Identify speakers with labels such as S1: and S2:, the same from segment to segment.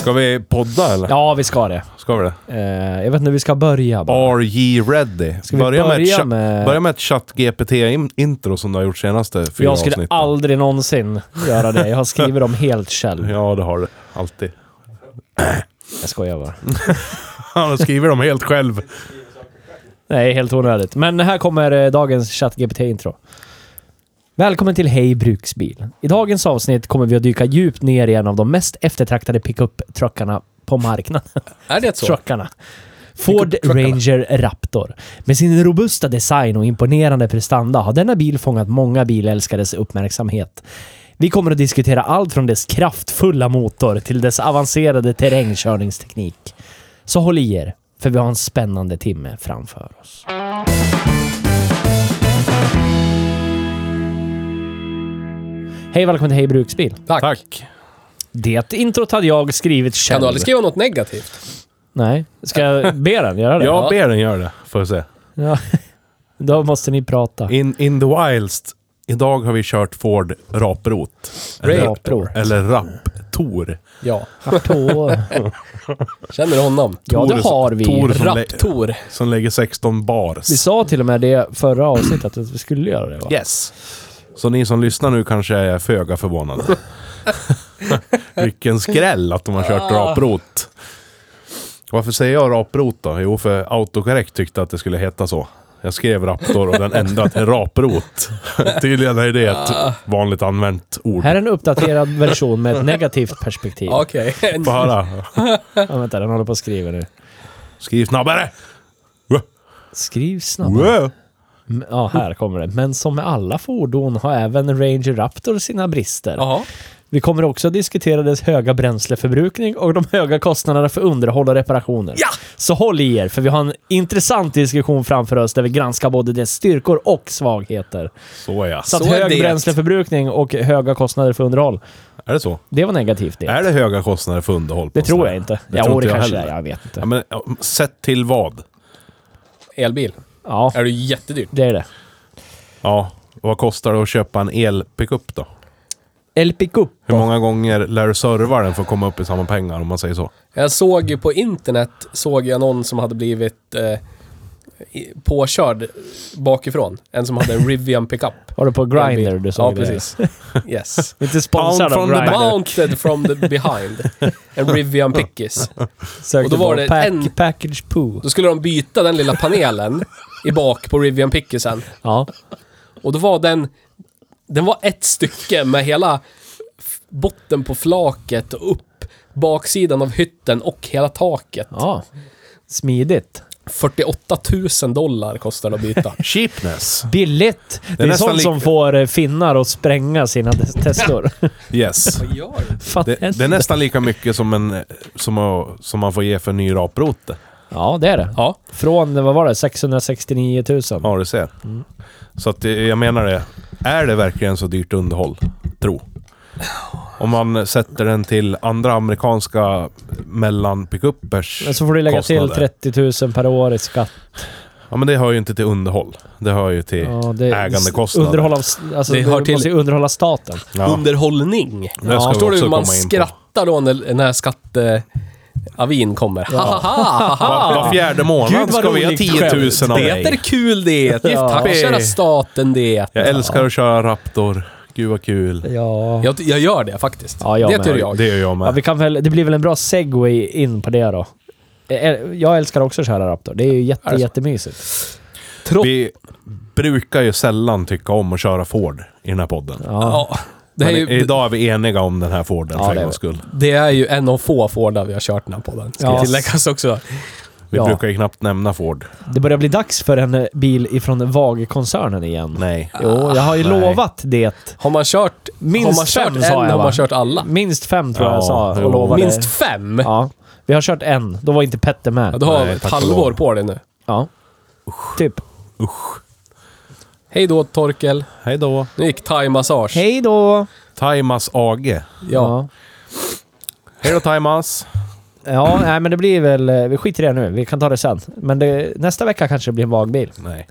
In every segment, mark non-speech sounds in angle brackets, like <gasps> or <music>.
S1: Ska vi podda eller?
S2: Ja, vi ska det.
S1: Ska vi det?
S2: Eh, jag vet inte hur vi ska börja bara.
S1: Are ye ready?
S2: Ska vi börja
S1: ett cha-
S2: med-
S1: börja med ett ChatGPT-intro som du har gjort senaste fyra
S2: jag skulle
S1: avsnitten.
S2: aldrig någonsin göra det. Jag har skrivit dem helt själv.
S1: Ja, det har du. Alltid. <laughs>
S2: Jag skojar bara.
S1: Han skriver dem helt själv.
S2: Nej, helt onödigt. Men här kommer eh, dagens ChatGPT-intro. Välkommen till Hej Bruksbil. I dagens avsnitt kommer vi att dyka djupt ner i en av de mest eftertraktade pickup-truckarna på marknaden.
S3: Är det så?
S2: Truckarna. Ford
S3: Pickup-truckarna.
S2: Ranger Raptor. Med sin robusta design och imponerande prestanda har denna bil fångat många bilälskares uppmärksamhet. Vi kommer att diskutera allt från dess kraftfulla motor till dess avancerade terrängkörningsteknik. Så håll i er, för vi har en spännande timme framför oss. Hej välkommen till Hej Bruksbil.
S3: Tack.
S1: Tack.
S2: Det introt hade jag skrivit själv.
S3: Kan du aldrig skriva något negativt?
S2: Nej. Ska jag be den göra det?
S1: Jag ber den göra det, får jag se.
S2: Ja. Då måste ni prata.
S1: In, in the wilds. Idag har vi kört Ford Raprot. Eller-
S2: Raprot.
S1: Eller Raptor.
S3: Ja.
S2: Tor.
S3: Känner du honom?
S2: Ja, det har vi.
S1: Tor som, lä
S3: Raptor.
S1: som lägger 16 bars.
S2: Vi sa till och med det förra avsnittet att vi skulle göra det va?
S1: Yes. Så ni som lyssnar nu kanske är föga
S2: <laughs>
S1: förvånade. Vilken skräll att de har kört
S2: Ah.
S1: raprot. Varför säger jag raprot då? Jo, för autokorrekt tyckte att det skulle heta så. Jag skrev raptor och den ändrade till raprot. <laughs> Tydligen är det ett vanligt använt ord.
S2: Ah. Här är en uppdaterad version med ett negativt perspektiv.
S3: Ja, Okej.
S1: Få höra.
S2: Ja, vänta, den håller på att skriva nu.
S1: Skriv snabbare!
S2: Skriv snabbt. Ja, här kommer det. Men som med alla fordon har även Ranger Raptor sina brister.
S3: <laughs> Jaha.
S2: Vi kommer också att diskutera dess höga bränsleförbrukning och de höga kostnaderna för underhåll och reparationer.
S3: Ja!
S2: Så håll i er, för vi har en intressant diskussion framför oss där vi granskar både dess styrkor och svagheter.
S1: Så ja.
S2: Så, att
S3: Så är
S2: hög
S3: det.
S2: bränsleförbrukning och höga kostnader för underhåll,
S1: Är det så?
S2: det var negativt det.
S1: Är det höga kostnader för underhåll? på
S2: Det tror
S1: sådana?
S2: jag inte.
S1: Det
S2: ja,
S1: tror
S2: det
S1: inte jag
S2: kanske det
S1: heller.
S2: är. Jag vet inte.
S1: Ja, men, ja, sett till vad?
S3: Elbil.
S2: Ja,
S3: Är det jättedyrt?
S2: det är det.
S1: Ja, och vad kostar det att köpa en elpickup då?
S2: El Picup.
S1: Hur många gånger lär du serva den för att komma upp i samma pengar om man säger så?
S3: Jag såg ju på internet, såg jag någon som hade blivit eh, i- påkörd bakifrån. En som hade en Rivian pickup.
S2: <laughs> Var det på Grindr
S3: Elbil.
S2: du såg <laughs>
S3: Ja, precis. Yes.
S2: Det. Inte sponsrad av
S1: Pound from the
S2: Grindr.
S3: Mounted from the behind. En Rivian Pickis.
S2: Sökte
S3: Och
S2: på
S3: då var det
S2: pack,
S3: en-
S2: Package poo.
S3: Då skulle de byta den lilla panelen i bak på Rivian Pickisen.
S2: Ja.
S3: Och då var den... Den var ett stycke med hela f- botten på flaket och upp baksidan av hytten och hela taket.
S2: ja. Smidigt.
S3: 48 000 dollar kostar det att byta.
S1: Cheapness.
S2: Billigt! Det är,
S1: nästan
S2: sånt
S1: lik-
S2: som får eh, finnar att spränga sina des- Teslor.
S1: Yes.
S2: Fan,
S1: <laughs> Det, det är nästan lika mycket som, en, eh, som, att- som man får ge för en ny raprote.
S2: Ja, det är det.
S3: Ja.
S2: Från, vad var det, 669 000?
S1: Ja, du ser. Så att det, jag menar det. Är det verkligen så dyrt underhåll? Tro. Om man sätter den till andra amerikanska mellanpickupers
S2: Men så får du lägga till
S1: kostnader.
S2: 30 000 per år i skatt.
S1: Ja, men det hör ju inte till underhåll. Det hör ju till
S2: Ja, det är
S1: ägandekostnader.
S2: Underhåll av, s- alltså,
S3: Det
S2: det
S3: hör
S2: hör
S3: till-
S2: måste ju underhålla staten.
S1: Ja.
S3: Underhållning.
S1: Det ska vi
S3: Förstår du
S1: också
S3: hur man
S1: komma in på.
S3: skrattar då när, när skatteavin kommer? Ja. Ha, ha, ha,
S1: Var,
S3: ha.
S1: var fjärde månad
S2: Ah. Gud, vad
S1: ska vi ha
S2: roligt
S1: 10 000 av
S3: Det
S1: dig.
S3: är kul det!
S2: Ja.
S3: Tack kära staten det!
S1: Jag älskar att köra Raptor. Gud vad kul.
S2: Ja.
S3: Jag, jag gör det faktiskt.
S2: Ja, jag
S3: det
S2: med.
S3: gör jag.
S1: Det gör jag med.
S2: Ja, vi kan väl, det blir väl en bra segway in på det då. Eh, Jag älskar också att köra Raptor. Det är ju jätte,
S3: Är det så?
S2: jättemysigt.
S3: Trots...
S1: Vi brukar ju sällan tycka om att köra Ford i den här podden.
S2: Ja.
S3: Ja. Det är,
S1: Men
S3: ju,
S1: idag är vi eniga om den här Forden
S2: Ja,
S1: för en
S2: det är
S1: gångs
S2: vi.
S1: skull.
S3: det är ju en av få Fordar vi har kört den här podden. Ska
S2: Ja.
S3: tilläggas också.
S1: Vi
S2: Ja.
S1: brukar ju knappt nämna Ford.
S2: Det börjar bli dags för en eh, bil ifrån VAG-koncernen igen.
S1: Nej.
S2: Jo, jag har ju
S1: Nej.
S2: lovat det.
S3: Har man kört, Ah, har
S2: Minst
S3: man kört
S2: fem,
S3: en
S2: sa jag,
S3: har
S2: va?
S3: man kört alla.
S2: Minst fem tror jag
S1: Ja,
S2: jag sa
S1: jo.
S2: och lovade.
S3: Minst fem? Ja,
S2: Ja. Vi har kört en. Då var inte Petter med.
S3: du har
S1: Nej,
S3: ett
S1: tack och
S3: halvår
S1: lov.
S3: på dig nu.
S2: Ja. Typ.
S3: Hej då Torkel.
S1: Hej då.
S3: Nu gick thai-massage.
S2: Hej då!
S1: Timas AG.
S3: Ja.
S1: Hej då Timas.
S2: Ja, nej men det blir väl... eh, Vi skiter i det nu. Vi kan ta det sen. Men det, nästa vecka kanske det blir en vagbil.
S1: Nej.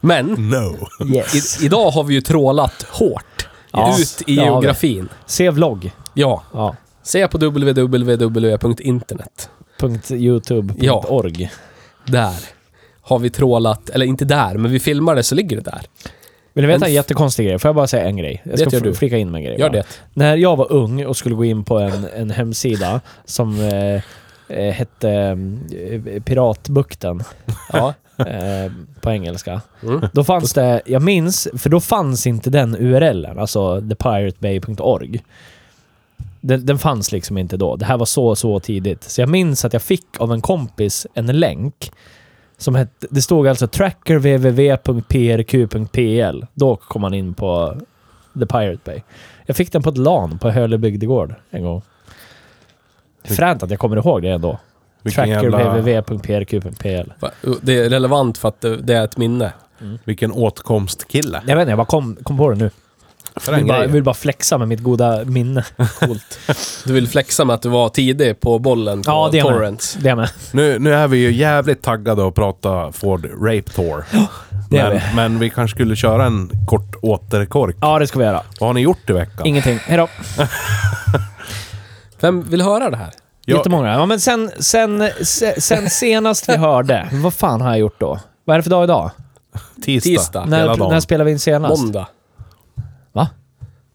S3: Men,
S1: No.
S2: Yes.
S3: i, idag har vi ju trålat hårt.
S2: Ja,
S3: Ut i
S2: det har vi.
S3: geografin.
S2: Se vlogg.
S3: Ja.
S2: Ja.
S3: Se på www.internet.
S2: Punkt youtube.org.
S3: Där har vi trålat, eller inte där, men vi filmade så ligger det där.
S2: Vill du veta
S3: Men-
S2: en jättekonstig grej? Får jag bara säga en grej? Jag ska
S3: gör
S2: fl-
S3: du.
S2: flika in med en grej.
S3: Gör
S2: bara.
S3: det.
S2: När jag var ung och skulle gå in på en, en hemsida som eh, eh, hette eh, Piratbukten
S3: Ja.
S2: eh, på engelska.
S3: Mm.
S2: Då fanns det, jag minns, för då fanns inte den URLen, alltså thepiratebay.org. Den, den fanns liksom inte då. Det här var så, så tidigt. Så jag minns att jag fick av en kompis en länk som hette, det stod alltså trackerwww.prq.pl. Då kom man in på The Pirate Bay. Jag fick den på ett LAN på Hölö bygdegård en gång. Fränt att jag kommer ihåg det ändå.
S1: Vilken, jävla,
S2: Trackerwww.prq.pl.
S3: Va- Det är relevant för att det det är ett minne.
S1: vilken åtkomstkille.
S2: Jag vet inte, jag bara kom, kom på det nu.
S1: För
S2: Jag
S1: den
S2: vill, bara, jag
S1: grejen.
S2: vill bara flexa med mitt goda minne.
S3: Coolt. Du vill flexa med att du var tidig på bollen på
S2: Ja, det är med.
S3: Torrents.
S2: Det med.
S1: Nu, nu är vi ju jävligt taggade att prata Ford Rape
S2: <gasps>
S1: Tour.
S2: det är
S1: men, men vi kanske skulle köra en kort återkork.
S2: Ja, det ska vi göra.
S1: Vad har ni gjort i veckan?
S2: Ingenting. Hejdå.
S3: Vem vill höra det här?
S1: Jag-
S2: Jättemånga. Ja, men sen, sen, se- sen senast vi hörde, vad fan har jag gjort då? Vad är det för dag idag?
S1: tisdag.
S3: tisdag.
S1: Hela
S2: När,
S1: dagen.
S2: när spelade vi in senast?
S3: Måndag.
S2: Va?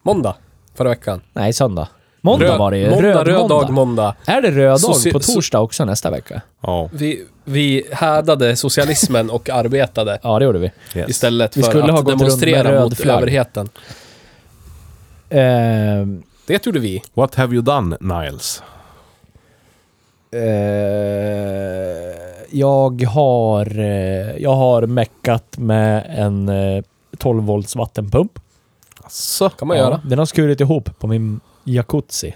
S3: Måndag. Förra veckan.
S2: Nej, söndag. Måndag
S3: Röd-
S2: var det ju.
S3: Måndag, röd, dag, måndag.
S2: Är det röd dag
S3: Soci-
S2: på
S3: so-
S2: torsdag också nästa vecka?
S1: Ja.
S3: Vi, vi härdade socialismen och arbetade
S2: Ja, det gjorde vi.
S1: Yes.
S3: istället
S2: Vi
S3: för
S2: skulle ha
S3: att
S2: gått runt med
S3: demonstrera
S2: röd
S3: mot
S2: flagg.
S3: överheten.
S2: Ehm,
S3: Det gjorde vi.
S1: What have you done, Niles?
S2: eh, jag har... eh, Jag har meckat med en eh, 12 volts vattenpump.
S1: Asså?
S3: kan man göra.
S2: Den har skurit ihop på min jacuzzi.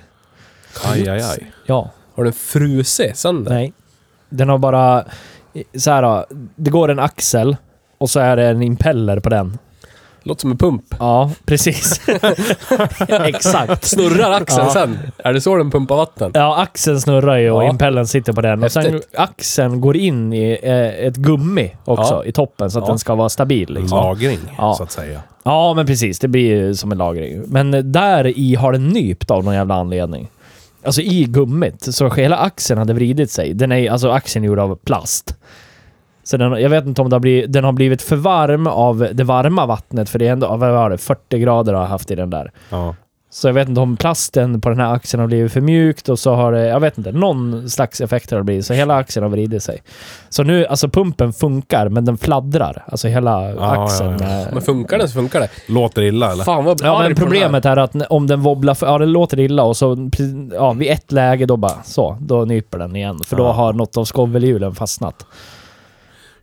S1: Aj, aj, aj.
S2: Ja,
S3: Har den frusit sönder?
S2: nej. Den har bara... Så här då, det går en axel och så är det en impeller på den.
S3: Låter som en pump.
S2: Ja,
S3: <laughs>
S2: precis. Exakt.
S3: Snurrar axeln
S2: Ja.
S3: sen? Är det så den pumpar vatten?
S2: Ja, axeln snurrar ju och
S3: Ja.
S2: impellen sitter på den. Och sen
S3: Häftigt.
S2: axeln går in i eh, ett gummi också
S3: Ja.
S2: i toppen så att
S3: Ja.
S2: den ska vara stabil. Liksom. Ja.
S1: Lagring,
S2: Ja.
S1: så att säga.
S2: men precis. Det blir ju som en lagring. Men där i har den nypt av någon jävla anledning. Alltså i gummit. Så hela axeln hade vridit sig. Den är, ju- alltså axeln är gjord av plast. Så den, jag vet inte om det har blivit, den har blivit för varm av det varma vattnet. För det är ändå, vad var det, 40 grader har jag haft i den där.
S1: Ja.
S2: Så jag vet inte om plasten på den här axeln har blivit för mjukt och så har det, jag vet inte, någon slags effekt har det blivit. Så hela axeln har vridit sig. Så nu, alltså pumpen funkar, men den fladdrar. Alltså hela
S1: ja,
S2: axeln.
S1: ja.
S2: är-
S3: Men funkar den så funkar det.
S1: Låter illa, eller?
S3: Fan vad
S2: Ja,
S3: arg
S2: men
S3: på den
S2: problemet är att n- om den wobblar för... Ja, det låter illa och så... pre- Ja, vid ett läge då bara så. Då nyper den igen. För då
S1: Ja.
S2: har något av skovelhjulen fastnat.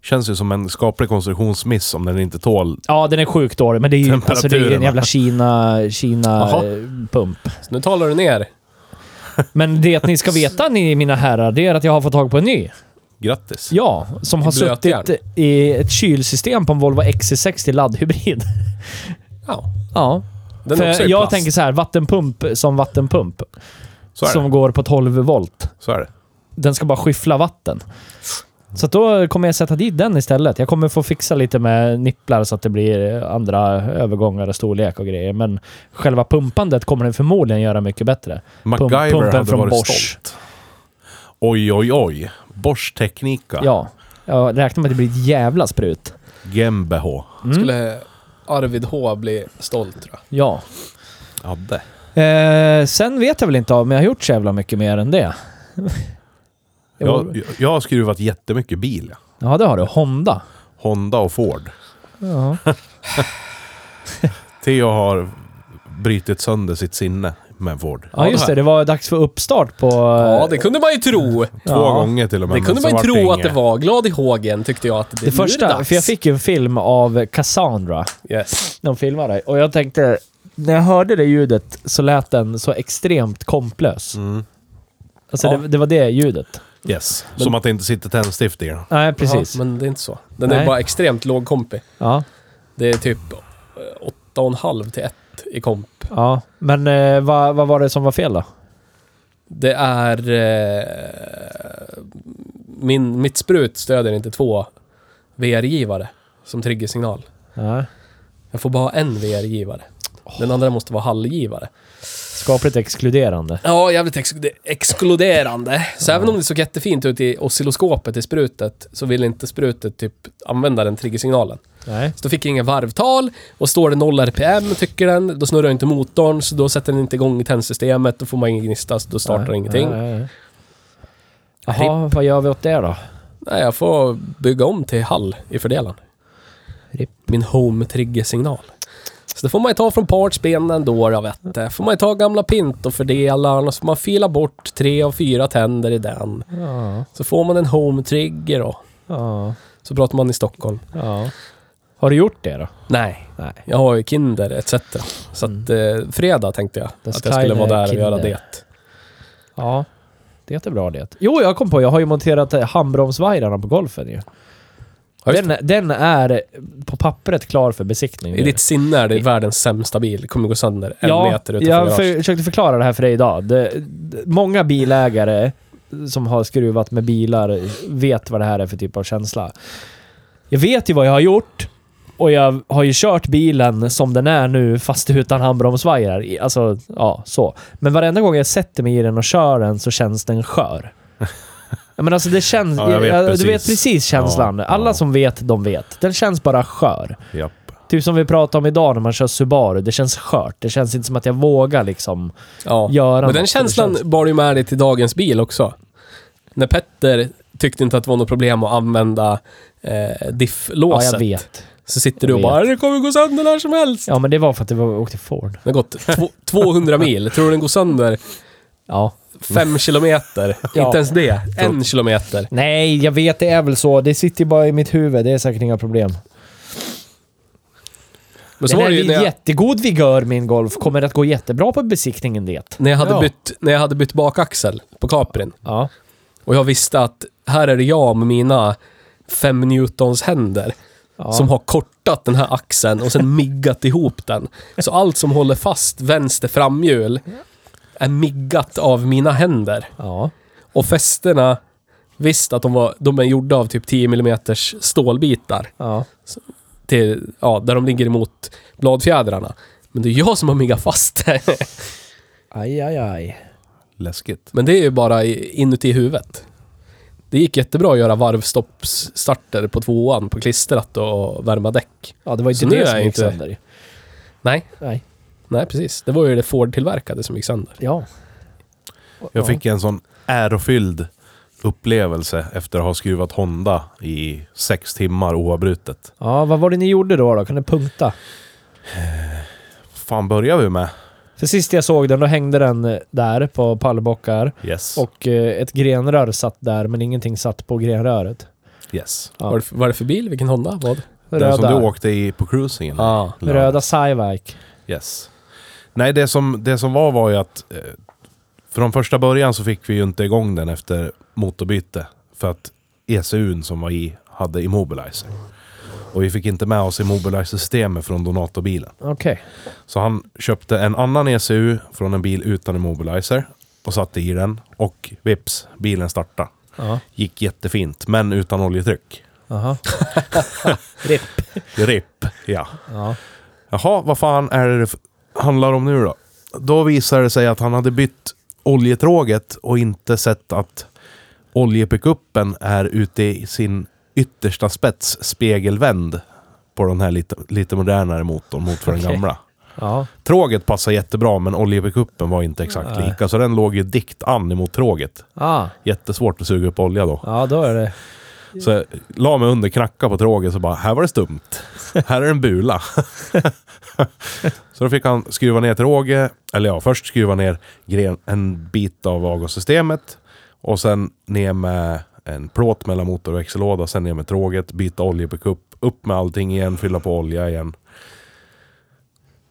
S1: Känns ju som en skaplig konstruktionsmiss om den inte tål.
S2: Ja, den är sjukt dålig, men det är ju alltså, det är ju en
S1: Temperaturen.
S2: jävla Kina-pump. Kina,
S3: Jaha.
S2: eh, pump.
S3: där. Så nu talar du ner.
S2: men det ni ska veta, ni mina herrar, det är att jag har fått tag på en ny.
S1: Grattis.
S2: Ja, som har
S3: Blötjärn.
S2: suttit i ett kylsystem på en Volvo XC60 laddhybrid.
S3: Ja.
S2: Ja.
S3: Den är
S2: För
S3: också i
S2: jag
S3: plast.
S2: tänker så här, vattenpump som vattenpump.
S1: Så är
S2: Som
S1: det.
S2: går på 12 volt.
S1: Så är det.
S2: Den ska bara skyffla vatten. Så att då kommer jag sätta dit den istället. Jag kommer få fixa lite med nipplar så att det blir andra övergångar och storlek och grejer. Men själva pumpandet kommer den förmodligen göra mycket bättre.
S1: MacGyver
S2: pumpen
S1: hade
S2: från
S1: varit
S2: Bosch.
S1: stolt. Oj, oj, oj. Bosch Teknika.
S2: Ja. Jag räknar med att det blir ett jävla sprut.
S1: GmbH.
S3: Skulle Arvid H bli stolt tror jag.
S2: Ja.
S1: Adde.
S2: Eh, sen vet jag väl inte om jag har gjort så jävla mycket mer än det. Jo.
S1: Jag, jag har skruvat jättemycket bil. ja.
S2: Ja, det har du. Honda.
S1: <laughs> Honda och Ford.
S2: Ja.
S1: Theo har brutit sönder sitt sinne med Ford.
S2: Ja, just det. Det var dags för uppstart på...
S3: Ja, det kunde man ju tro.
S1: Två
S2: Eh, Ja.
S1: gånger till och med.
S3: Det
S1: men
S3: kunde
S1: så
S3: man ju
S1: vart
S3: tro att
S1: inget.
S3: det var. Glad i hågen tyckte jag att det,
S2: Det
S3: nu är det
S2: första,
S3: dags.
S2: för jag fick ju en film av Cassandra.
S3: Yes.
S2: De filmade dig. Och jag tänkte, när jag hörde det ljudet så lät den så extremt komplös. Alltså
S3: Ja.
S2: det, det var det ljudet.
S1: Yes. Som att det inte sitter tändstift i den.
S2: Nej, <laughs> precis.
S3: Ja, men det är inte så. Den är
S2: Nej.
S3: bara extremt låg kompi.
S2: Ja,
S3: Det är typ 8,5 till 1 i komp.
S2: ja. men eh, vad, vad var det som var fel då?
S3: Det är... Eh, min, mitt sprut stödjer inte två VR-givare som triggersignal.
S2: Ja.
S3: Jag får bara ha en VR-givare. Den andra måste vara hallgivare.
S2: Skapligt exkluderande.
S3: Ja, jävligt ex exkluderande. Så även om det såg jättefint ut i oscilloskopet i sprutet så ville inte sprutet typ använda den triggersignalen.
S2: Nej.
S3: Så då fick jag inga varvtal och står det 0 RPM tycker den, då snurrar inte motorn så då sätter den inte igång tändsystemet, då får man ingen gnista så då startar
S2: Nej.
S3: ingenting.
S2: Nej, nej, nej. Jaha, vad gör vi åt det då?
S3: Nej, jag får bygga om till hall i fördelaren.
S2: Ripp.
S3: Min home triggersignal. Så det får man ju ta från partsbenen ändå då vet du. Får man ju ta gamla pintofördelaren och så får man fila bort tre av fyra tänder i den.
S2: Ja,
S3: Så får man en home trigger då.
S2: ja,
S3: Så pratar man i Stockholm.
S2: ja. Har du gjort det då?
S3: Nej,
S2: Nej.
S3: jag har ju Kinder etc. Så att eh, fredag tänkte jag
S2: Den
S3: att jag skulle vara
S2: Mm. Skyler
S3: där och göra
S2: Kinder.
S3: det.
S2: Ja, det är bra det. Jo, jag kom på, jag har ju monterat eh, handbromsvajrarna på golfen ju.
S3: Ja, just
S2: Den, den är på pappret klar för besiktning.
S3: I ditt sinne är det världens sämsta bil. Kommer gå sönder en
S2: ja,
S3: meter utanför
S2: jag för,
S3: garaget.
S2: försökte förklara det här för dig idag. Det, det, många bilägare som har skruvat med bilar vet vad det här är för typ av känsla. Jag vet ju vad jag har gjort och jag har ju kört bilen som den är nu fast utan handbromsvajrar. I- Alltså, ja, så. Men varenda gång jag sätter mig i den och kör den så känns
S1: <laughs>
S2: den skör. Ja, men alltså det känns...
S1: Ja, jag vet
S2: jag- du vet
S1: precis.
S2: precis känslan.
S1: Ja,
S2: Alla
S1: ja.
S2: som vet, de vet. Den känns bara skör.
S1: Japp.
S2: Typ som vi pratade om idag när man kör Subaru. Det känns skört. Det känns inte som att jag vågar liksom
S3: Ja.
S2: göra
S3: Men den
S2: något.
S3: känslan
S2: Det känns-
S3: bar du med dig till dagens bil också. När Petter tyckte inte att det var något problem att använda eh,
S2: Ja,
S3: diff-låset.
S2: jag vet.
S3: Så sitter du och
S2: Jag
S3: bara “Det kommer gå sönder när som helst”.
S2: Ja, men det var för att det var, jag åkte Ford.
S3: Den har gått två- 200 mil. Tror du den går sönder
S2: Ja.
S3: fem kilometer?
S2: Ja.
S3: Inte ens det. En kilometer.
S2: Nej, jag vet. Det är väl så. Det sitter ju bara i mitt huvud. Det är säkert inga problem.
S3: Men så
S2: den
S3: var det ju
S2: är
S3: när jag,
S2: jättegod vigör, min Golf. Kommer att gå jättebra på besiktningen det.
S3: när, jag hade
S2: Ja.
S3: bytt, när jag hade bytt bakaxel på Caprin.
S2: Ja.
S3: Och jag visste att här är det jag med mina 5 newtons händer.
S2: ja.
S3: som har kortat den här axeln och sen miggat ihop den. Så allt som håller fast vänster framhjul är miggat av mina händer.
S2: Ja.
S3: Och fästena, visst att de, var, de är gjorda av typ 10 mm stålbitar,
S2: Ja.
S3: till, ja, där de ligger emot bladfjädrarna. Men det är jag som har miggat fast det.
S2: Aj, aj, aj.
S1: Läskigt.
S3: <laughs> Men det är ju bara i- inuti huvudet. Det gick jättebra att göra varvstoppsstarter på tvåan på klistrat och värma däck.
S2: Ja, det var
S3: Så
S2: inte
S3: nu är
S2: det som
S3: jag
S2: gick
S3: inte-
S2: sönder.
S3: Nej,
S2: Nej.
S3: nej precis. Det var ju det Ford-tillverkade som gick sönder.
S2: Ja.
S1: Jag fick en sån ärofylld upplevelse efter att ha skruvat Honda i sex timmar oavbrutet.
S2: Ja, vad var det ni gjorde då? då? Kan du punkta?
S1: fan börjar vi med?
S2: För sist jag såg den, då hängde den eh, där på pallbockar.
S1: Yes.
S2: Och eh, ett grenrör satt där, men ingenting satt på grenröret.
S1: yes.
S2: Ja.
S3: Vad är det för- vad är det för bil? Vilken Honda? Vad?
S1: Den som du
S2: Röda,
S1: åkte i på cruisingen.
S3: Ah.
S2: röda Saivak.
S1: Yes. Nej, det som, det som var var ju att eh, från första början så fick vi ju inte igång den efter motorbyte. För att ECUn som var i hade immobilizer. Och vi fick inte med oss immobilizer-systemet från donatorbilen.
S2: Okej.
S1: Så han köpte en annan ECU från en bil utan immobilizer och satte i den. Och vips, bilen startade.
S2: Ja.
S1: Gick jättefint, men utan oljetryck.
S2: <laughs> Aha. Ripp.
S1: RIP, ja.
S2: Ja.
S1: Jaha, vad fan är det det f- handlar om nu då? Då visar det sig att han hade bytt oljetråget och inte sett att oljepickuppen är ute i sin yttersta spets spegelvänd på den här lite, lite modernare motorn mot för den
S2: Okej.
S1: gamla.
S2: Ja.
S1: Tråget passar jättebra men oljepickuppen var inte exakt
S2: Nej.
S1: lika så den låg ju dikt an emot tråget.
S2: Ah.
S1: Jättesvårt att suga upp olja då.
S2: ja, då är det...
S1: Så jag la mig under, knacka på tråget så bara, här var det stumt. Här är en bula. <laughs> så då fick han skruva ner tråget, eller ja, först skruva ner gren, en bit av avgassystemet. Och sen ner med en plåt mellan motor och växellåda, sen ner med tråget, byta oljepickup, upp med allting igen, fylla på olja igen.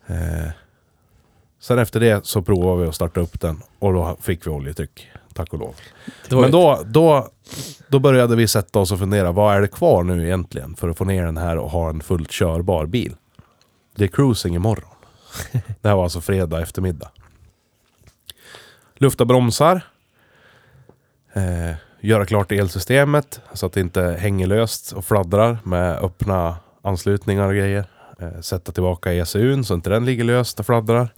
S1: Eh. Sen efter det så provade vi att starta upp den och då fick vi oljetryck, tack och lov.
S3: Det var
S1: Men
S3: ju-
S1: då, då, då började vi sätta oss och fundera, vad är det kvar nu egentligen för att få ner den här och ha en fullt körbar bil? Det är cruising imorgon.
S3: <laughs>
S1: Det här var alltså fredag eftermiddag. Lufta bromsar. Eh, göra klart elsystemet så att det inte hänger löst och fladdrar med öppna anslutningar och grejer. Eh, sätta tillbaka ECUn så inte den ligger löst och fladdrar.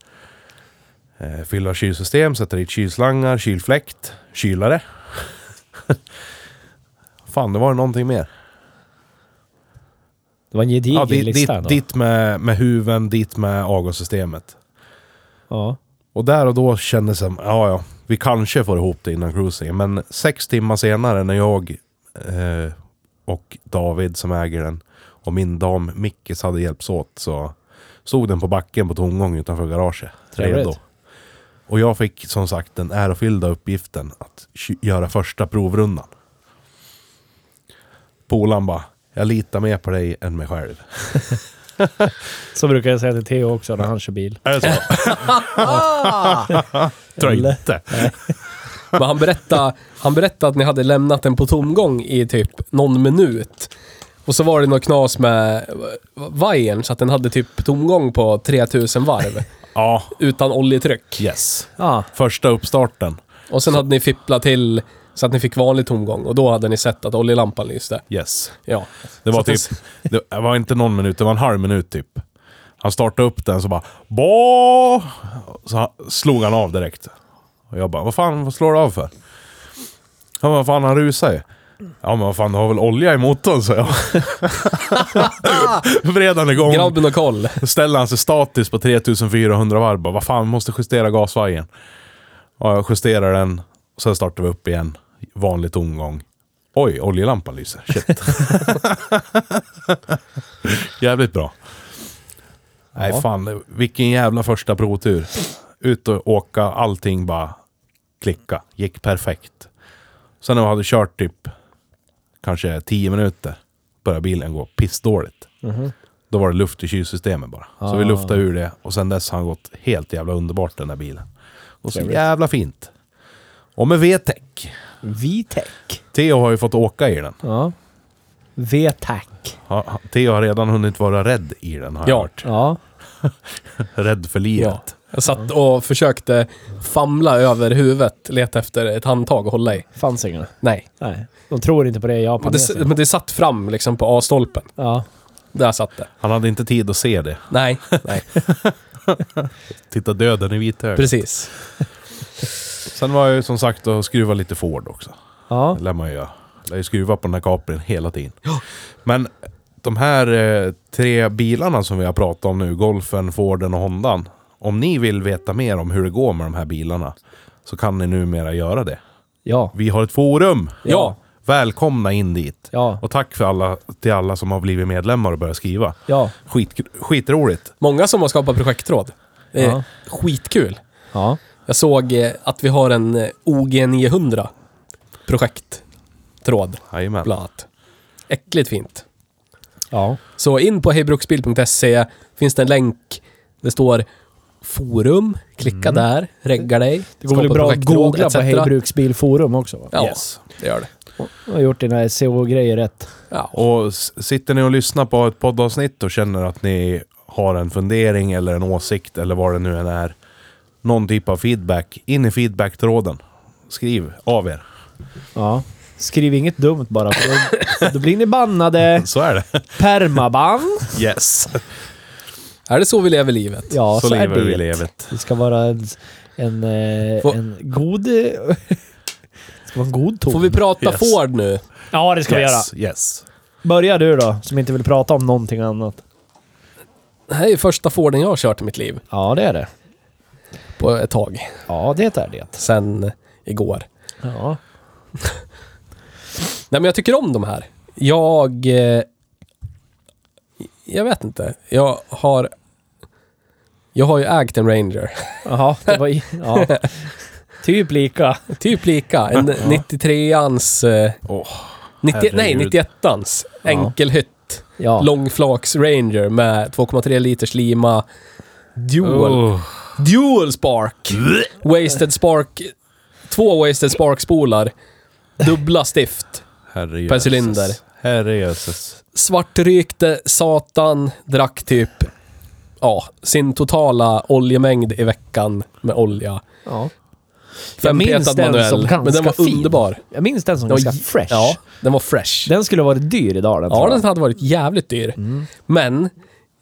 S1: Eh, fylla kylsystem, sätta dit kylslangar, kylfläkt, kylare. Fan, det var någonting mer.
S2: Det var en gedigen
S1: Ja, dit, dit,
S2: lista ändå.
S1: dit med, med huven, dit med avgassystemet.
S2: Ja.
S1: Och där och då kändes det som, ja ja, vi kanske får ihop det innan cruising. Men sex timmar senare när jag eh, och David som äger den och min dam Mickis hade hjälpts åt så stod den på backen på tomgång utanför garaget.
S2: Trevligt.
S1: Redo. Och jag fick som sagt den ärofyllda uppgiften att ky- göra första provrundan. Polaren bara, jag litar mer på dig än mig själv.
S2: Så brukar jag säga till Theo också när han kör bil.
S1: Är det
S3: <laughs>
S1: så? Tror jag inte.
S3: Men han berättade, han berättade att ni hade lämnat den på tomgång i typ någon minut. Och så var det något knas med v- vajern så att den hade typ tomgång på 3000 varv
S1: Ja,
S3: utan oljetryck.
S1: yes.
S2: Ja,
S1: Första uppstarten.
S3: Och sen hade ni fipplat till så att ni fick vanlig tomgång och då hade ni sett att oljelampan lyste.
S1: Yes.
S3: Ja.
S1: Det
S3: Så
S1: var
S3: att den-
S1: typ... Det var inte någon minut, det var en halv minut typ. Han startade upp den så bara... Bå! Så han- slog han av direkt. Och jag bara, vad fan, vad slår du av för? Han bara, vad fan, han rusar ju. Ja men vad fan, du har väl olja i motorn, sa
S3: <laughs>
S1: jag. Vred han igång.
S3: <laughs> Grabben har koll.
S1: Då ställer han sig statiskt på 3400 varv. Bara, Vad fan, vi måste justera gasvajern. Ja, jag justerar den. Sen startar vi upp igen. Vanlig tomgång. Oj, oljelampan lyser. Shit. <laughs> Jävligt bra. Nej, fan. Vilken jävla första provtur. Ut och åka, allting bara klicka. Gick perfekt. Sen när vi hade kört typ kanske 10 minuter började bilen gå pissdåligt. Då var det luft i kylsystemet bara. Så vi luftade ur det och sen dess har han gått helt jävla underbart den där bilen. Och så jävla fint. Och med VTEC.
S2: VTEC.
S1: Theo har ju fått åka i den.
S2: Ja. VTAC.
S1: Ha- ha- Theo har redan hunnit vara rädd i den har jag
S3: Ja.
S1: hört.
S2: Ja.
S1: Rädd för
S3: ja.
S1: livet.
S3: Jag satt och försökte famla över huvudet, leta efter ett handtag att hålla i.
S2: Fanns inga.
S3: Nej.
S2: Nej. De tror inte på det i Japan.
S3: Men det, men det satt fram liksom på A-stolpen.
S2: Ja.
S3: Där satt det.
S1: Han hade inte tid att se det.
S3: Nej, nej.
S1: Titta döden i vitögat.
S3: Precis.
S1: Sen var jag ju som sagt och skruva lite Ford också.
S2: Ja.
S1: Det lär man ju göra. Lär ju skruva på den här kapren hela tiden. Men de här eh, tre bilarna som vi har pratat om nu, Golfen, Forden och Hondan. Om ni vill veta mer om hur det går med de här bilarna så kan ni numera göra det.
S2: Ja.
S1: Vi har ett forum!
S3: Ja.
S1: Välkomna in dit!
S2: Ja.
S1: Och tack för alla, till alla som har blivit medlemmar och börjat skriva.
S2: Ja.
S1: Skit, skitroligt!
S3: Många som har skapat projektråd. Det är
S2: Ja.
S3: skitkul.
S2: Ja.
S3: Jag såg eh, att vi har en eh, OG 900 projekttråd,
S1: Jajamän.
S3: bland annat. Äckligt fint.
S2: Ja.
S3: Så in på hejbruksbil.se finns det en länk. Det står forum. Klicka där, regga dig.
S2: Mm. Det går väl bra att googla på Hej
S3: Hejbruk.
S2: Bruksbilforum också? Va?
S3: Ja,
S1: Yes.
S3: det gör det.
S2: Jag har gjort dina SEO-grejer rätt.
S3: Ja.
S1: Och s- sitter ni och lyssnar på ett poddavsnitt och känner att ni har en fundering eller en åsikt eller vad det nu än är. Någon typ av feedback. In i feedbacktråden. Skriv av er.
S2: Ja. Skriv inget dumt bara, för då, då blir ni bannade.
S1: Så är det.
S2: Permaban.
S1: <laughs> Yes.
S3: Är det så vi lever livet?
S2: Ja, så,
S1: så
S2: är
S1: lever
S2: det.
S1: vi livet.
S2: Det ska vara en, en, eh,
S3: Får-
S2: en god... <laughs> eh, Det ska vara en god ton.
S3: Får vi prata
S1: Yes.
S3: Ford nu?
S2: Ja, det ska vi göra.
S1: yes. yes.
S2: Börja du då, som inte vill prata om någonting annat.
S3: Det här är ju första Forden jag har kört i mitt liv
S2: Ja, det är det.
S3: på ett tag.
S2: Ja, det är det.
S3: Sen igår.
S2: Ja.
S3: Nej, men jag tycker om de här. Jag... eh, Jag vet inte. Jag har... Jag har ju ägt en Ranger.
S2: Jaha, det var... i- Ja. Typ lika.
S3: Typ lika. En 93ans... eh,
S1: Åh,
S3: 90, nej,
S1: herregud.
S3: 91ans.
S2: Ja.
S3: Enkelhytt.
S2: Ja.
S3: Långflaks Ranger med 2,3 liters lima. Dual.
S1: Oh.
S3: Dual spark. Wasted spark. Två wasted spark-spolar. Dubbla stift.
S1: Herre
S3: Per
S1: jösses.
S3: cylinder.
S1: Herre jösses.
S3: Svartrykte, satan, drack typ ja, sin totala oljemängd i veckan med olja.
S2: Ja. Jag minns
S3: Fempetad
S2: den
S3: manuell.
S2: som
S3: Men
S2: ganska
S3: den var
S2: fin.
S3: underbar.
S2: Jag minns den som
S3: Den var
S2: ganska
S3: j-
S2: fresh.
S3: Ja, den var fresh.
S2: Den skulle ha varit dyr idag den
S3: ja,
S2: tror jag.
S3: den hade varit jävligt dyr.
S2: Mm.
S3: Men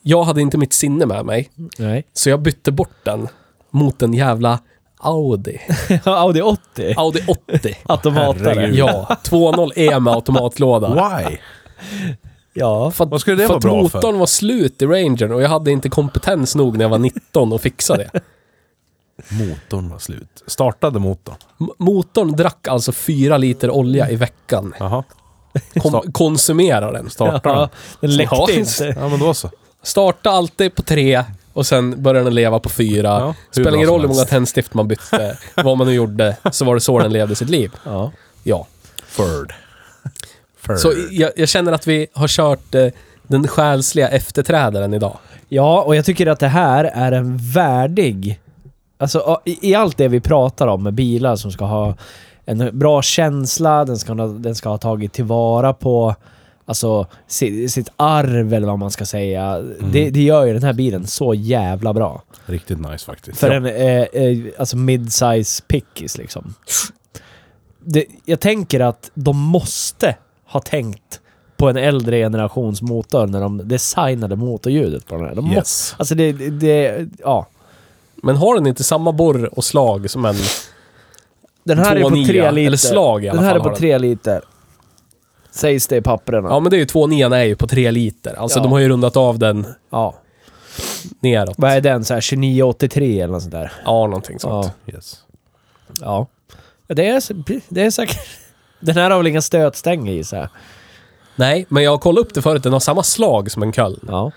S3: jag hade inte mitt sinne med mig,
S2: <laughs> Nej.
S3: så jag bytte bort den mot en jävla
S1: <laughs>
S3: Audi.
S2: Audi 80.
S3: Audi 80.
S2: Automatare.
S1: Herregud.
S3: Ja, 2.0 E med automatlåda.
S1: Why?
S2: Ja.
S3: För att,
S1: Vad skulle det
S3: för
S1: vara
S3: att
S1: bra för?
S3: motorn var slut i Rangern och jag hade inte kompetens nog när jag var 19 att fixa det.
S1: Motorn var slut. Startade motorn.
S3: M- Motorn drack alltså fyra liter olja i veckan.
S1: Jaha.
S3: Kom, konsumerar den.
S2: ja. Den läckte
S3: Ja.
S2: inte.
S1: Ja men då så.
S3: Starta alltid på tre och sen börjar den leva på fyra.
S1: Ja, hur
S3: Spelar
S1: bra
S3: ingen
S1: som
S3: roll hur många
S1: helst.
S3: tändstift
S1: <laughs>
S3: man bytte, vad man nu gjorde, så var det så den levde sitt liv.
S2: Ja.
S3: Ja.
S1: Ferd. Ferd.
S3: Så jag, jag känner att vi har kört eh, den själsliga efterträdaren idag.
S2: ja, och jag tycker att det här är en värdig... Alltså i i allt det vi pratar om med bilar som ska ha en bra känsla, den ska, ha- den ska ha tagit tillvara på alltså, si- sitt arv eller vad man ska säga. Det, det gör ju den här bilen så jävla bra.
S1: Riktigt nice faktiskt.
S2: För
S1: Ja.
S2: en eh, eh, alltså mid-size pickis liksom. Det, jag tänker att de måste ha tänkt på en äldre generations motor när de designade motorljudet på den här. De måste,
S1: Yes.
S2: alltså det, det- det, ja.
S3: Men har den inte samma borr och slag som en...
S2: Den här är på
S3: 2,9,
S2: tre liter.
S3: eller slag i alla
S2: den här
S3: fall
S2: är på
S3: har
S2: tre liter. Sägs det i papperna.
S3: Ja, men det är ju 2.9 är ju på tre liter. Alltså
S2: Ja.
S3: de har ju rundat av den
S2: Ja.
S3: neråt.
S2: Vad är den? Så här 2983 eller något sånt där?
S3: Ja, någonting sånt.
S2: Ja.
S1: Yes.
S2: ja. Ja, Det är, s- det är säkert... <laughs> Den här har väl inga stötstänger i sig?
S3: Nej, men jag har kollat upp det förut. Den har samma slag som en Köln.
S2: Ja.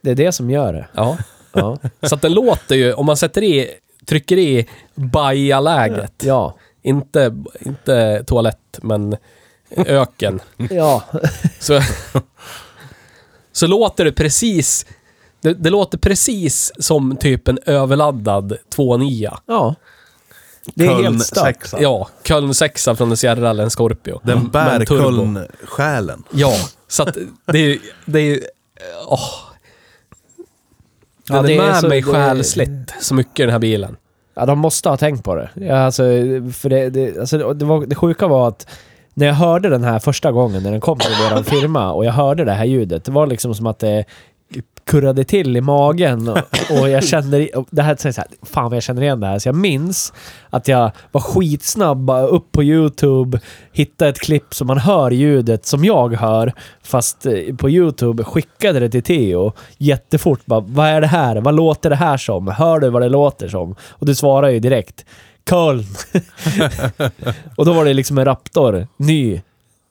S2: Det är det som gör det.
S3: Ja.
S2: Ja.
S3: Så att den låter ju, om man sätter i, trycker i bajaläget.
S2: Ja.
S3: Inte, inte toalett, men
S2: <laughs>
S3: öken.
S2: Ja.
S3: Så, så låter det precis, det, det låter precis som typ en överladdad 2.9.
S2: ja. Det är helt stört.
S1: sexa.
S3: Ja, Köln 6 från en Sierra eller en Scorpio. Mm.
S1: Den bär
S3: Men turbo.
S1: Köln-själen.
S3: Ja, så att det är ju... Det är ju åh. Den
S2: Ja, det
S3: är
S2: är
S3: med
S2: så-
S3: mig
S2: det-
S3: själsligt så mycket den här bilen.
S2: Ja, de måste ha tänkt på det. Ja, alltså, för det, det, alltså, det, var, det sjuka var att när jag hörde den här första gången när den kom till våran firma och jag hörde det här ljudet, det var liksom som att det kurrade till i magen och, och jag kände, i- och det här, så här, fan vad jag känner igen det här. Så jag minns att jag var skitsnabb bara upp på YouTube, hittade ett klipp som man hör ljudet som jag hör, fast eh, på YouTube, skickade det till Theo jättefort. Bara, vad är det här? Vad låter det här som? Hör du vad det låter som? Och du svarar ju direkt. Köln! <laughs> och då var det liksom en Raptor, ny.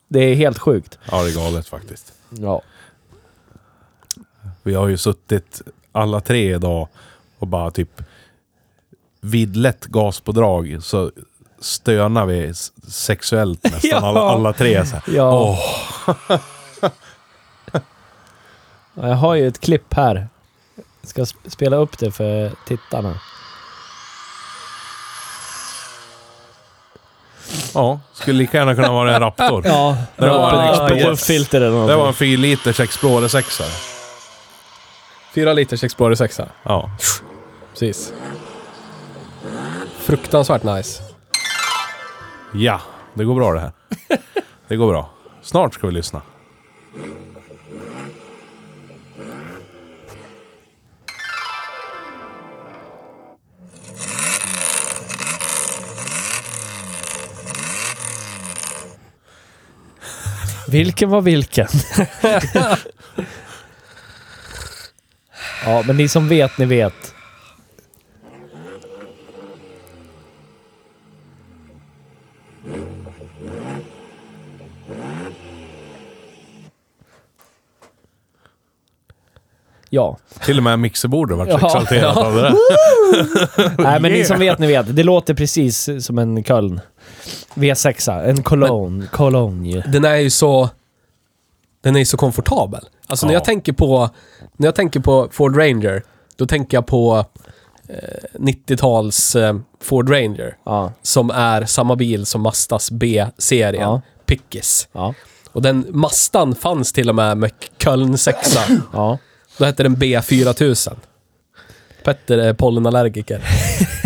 S2: Det är helt sjukt.
S1: Ja, det är galet faktiskt.
S2: Ja.
S1: Vi har ju suttit alla tre idag och bara typ vid lätt gaspådrag så stönar vi s- sexuellt nästan
S2: <laughs> Ja.
S1: alla, alla tre. Så här.
S2: Ja.
S1: Åh.
S2: Ja, Jag har ju ett klipp här. Jag ska sp- spela upp det för tittarna.
S1: Ja, skulle lika gärna kunna vara en Raptor.
S2: Ja,
S1: Det var en Explorer.
S2: filter eller
S1: Det var
S2: någonting.
S1: en 4 liters Explorer 6
S3: Fyra liters Explorer 6
S1: Ja.
S3: Precis. Fruktansvärt nice.
S1: Ja, det går bra det här. Det går bra. Snart ska vi lyssna.
S2: Vilken var vilken? ja, men ni som vet, ni vet. Ja.
S1: Till och med mixerbordet vart så
S2: Ja,
S1: exalterat av det där.
S2: Nej, men ni som
S1: Yeah.
S2: vet, ni vet. Det låter precis som en Köln. V6, en Cologne. Cologne ju.
S3: Den är ju så... Den är ju så komfortabel. Alltså när
S1: Ja.
S3: jag tänker på... När jag tänker på Ford Ranger, då tänker jag på eh, 90-tals eh, Ford Ranger.
S2: Ja.
S3: Som är samma bil som Mastas B-serien,
S2: Ja.
S3: Pickis.
S2: Ja.
S3: Och den Mastan fanns till och med med Köln 6.
S2: Ja.
S3: Då hette den B4000. Petter är pollenallergiker.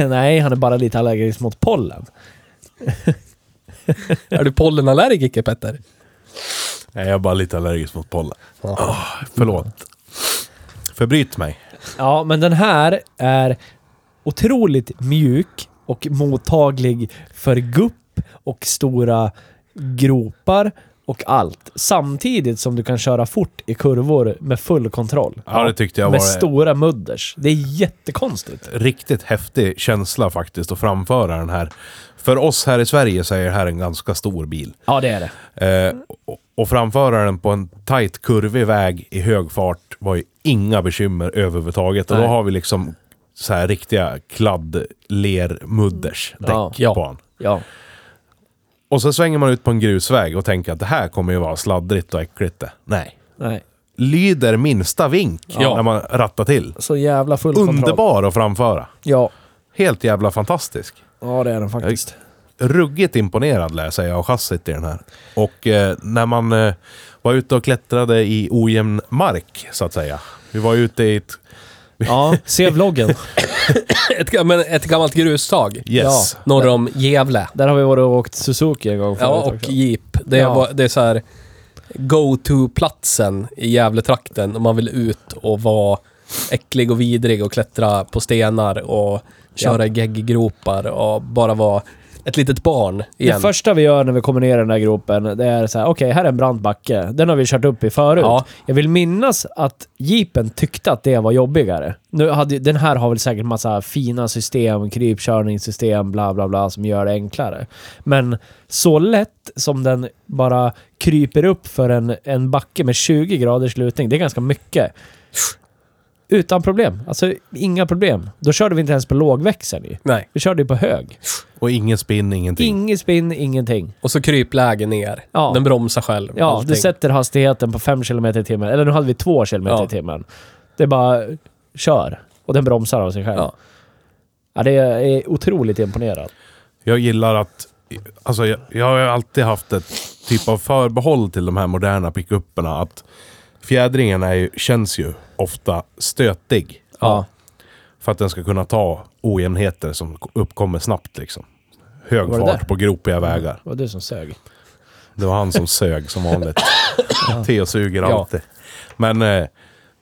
S2: Nej, han är bara lite allergisk mot pollen.
S3: Är du pollenallergiker Petter?
S1: Nej, jag är bara lite allergisk mot pollen. Åh, förlåt. Förbryt mig.
S2: Ja, men den här är otroligt mjuk och mottaglig för gupp och stora gropar och allt. Samtidigt som du kan köra fort i kurvor med full kontroll.
S1: Ja, det tyckte jag
S2: med
S1: var-
S2: stora mudders. Det är jättekonstigt.
S1: Riktigt häftig känsla faktiskt att framföra den här. För oss här i Sverige så är det här en ganska stor bil.
S2: Ja, det är det.
S1: Eh, och, och framföra den på en tajt kurvig väg i hög fart var ju inga bekymmer överhuvudtaget. Och då
S2: Nej.
S1: har vi liksom så här riktiga kladd, ler, mudders däck
S2: Mm. Ja.
S3: Ja.
S1: på den.
S2: Ja.
S1: Och så svänger man ut på en grusväg och tänker att det här kommer ju vara sladdrigt och äckligt det. Nej.
S2: Nej.
S1: Lyder minsta vink
S3: Ja.
S1: när man rattar till.
S2: Så jävla full kontroll.
S1: Underbar att framföra.
S2: Ja.
S1: Helt jävla fantastisk.
S2: Ja, det är den faktiskt.
S1: Ruggigt imponerad läser jag av chassit i den här. Och eh, när man eh, var ute och klättrade i ojämn mark, så att säga. Vi var ute i ett...
S2: Ja, se vloggen.
S3: Ett, ga- men ett gammalt grustag.
S1: Yes.
S3: Norr om Gävle.
S2: Där har vi varit och åkt Suzuki en gång
S3: Ja,
S2: förut
S3: och
S2: också.
S3: Jeep. Det är,
S2: Ja.
S3: va- det är så här go-to-platsen i Gävletrakten om man vill ut och vara äcklig och vidrig och klättra på stenar och köra geggigropar och bara vara ett litet barn igen.
S2: Det första vi gör när vi kommer ner i den här gropen, det är så här, okej, här är en brant backe. Den har vi kört upp i förut.
S3: Ja.
S2: Jag vill minnas att jeepen tyckte att det var jobbigare. Nu hade, den här har väl säkert massa fina system, krypkörningssystem, bla bla bla, som gör det enklare. Men så lätt som den bara kryper upp för en, en backe med 20 graders lutning, det är ganska mycket. Utan problem. Alltså, inga problem. Då körde vi inte ens på lågväxeln ju.
S3: Nej.
S2: Vi körde ju på hög.
S1: Och ingen spinn, ingenting.
S2: Ingen spinn, ingenting.
S3: Och så krypläge ner.
S2: Ja.
S3: Den bromsar själv.
S2: Ja,
S3: allting.
S2: du sätter hastigheten på 5 km i timmen. Eller nu hade vi 2 km
S3: Ja.
S2: i timmen. Det är bara kör. Och den bromsar av sig själv. Ja.
S3: Ja.
S2: det är otroligt imponerad.
S1: Jag gillar att... Alltså jag, jag har ju alltid haft ett typ av förbehåll till de här moderna pickupperna. Att fjädringen är ju, känns ju ofta stötig.
S2: Ja.
S1: För att den ska kunna ta ojämnheter som uppkommer snabbt liksom. Hög
S2: Var det där?
S1: fart på gropiga vägar.
S2: Det var du som sög.
S1: Det var han som sög som vanligt. Theo suger
S3: Ja.
S1: alltid. Men eh,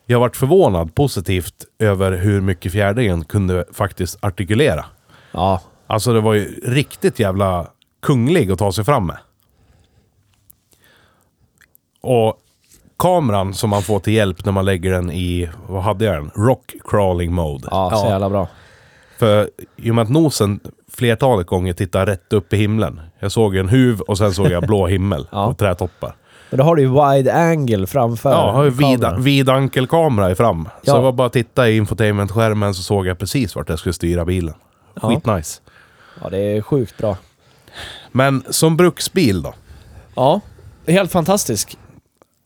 S1: jag varit förvånad positivt över hur mycket fjädringen kunde faktiskt artikulera.
S2: Ja.
S1: Alltså det var ju riktigt jävla kunglig att ta sig fram med. Och kameran som man får till hjälp när man lägger den i, vad hade jag den? Rock crawling mode.
S2: Ja, så
S3: Ja.
S2: jävla bra.
S1: För i och med att nosen flertalet gånger tittar rätt upp i himlen. Jag såg en huv och sen såg jag blå himmel
S2: Ja.
S1: och trädtoppar.
S2: Men då har du ju wide angle framför
S1: Ja, har ju vid,
S2: kameran.
S1: vidankelkamera i fram.
S2: Ja.
S1: Så det var bara att titta i infotainmentskärmen så såg jag precis vart jag skulle styra bilen.
S2: Ja.
S1: Skitnice.
S2: Ja, det är sjukt bra.
S1: Men som bruksbil då?
S2: Ja. Helt fantastisk.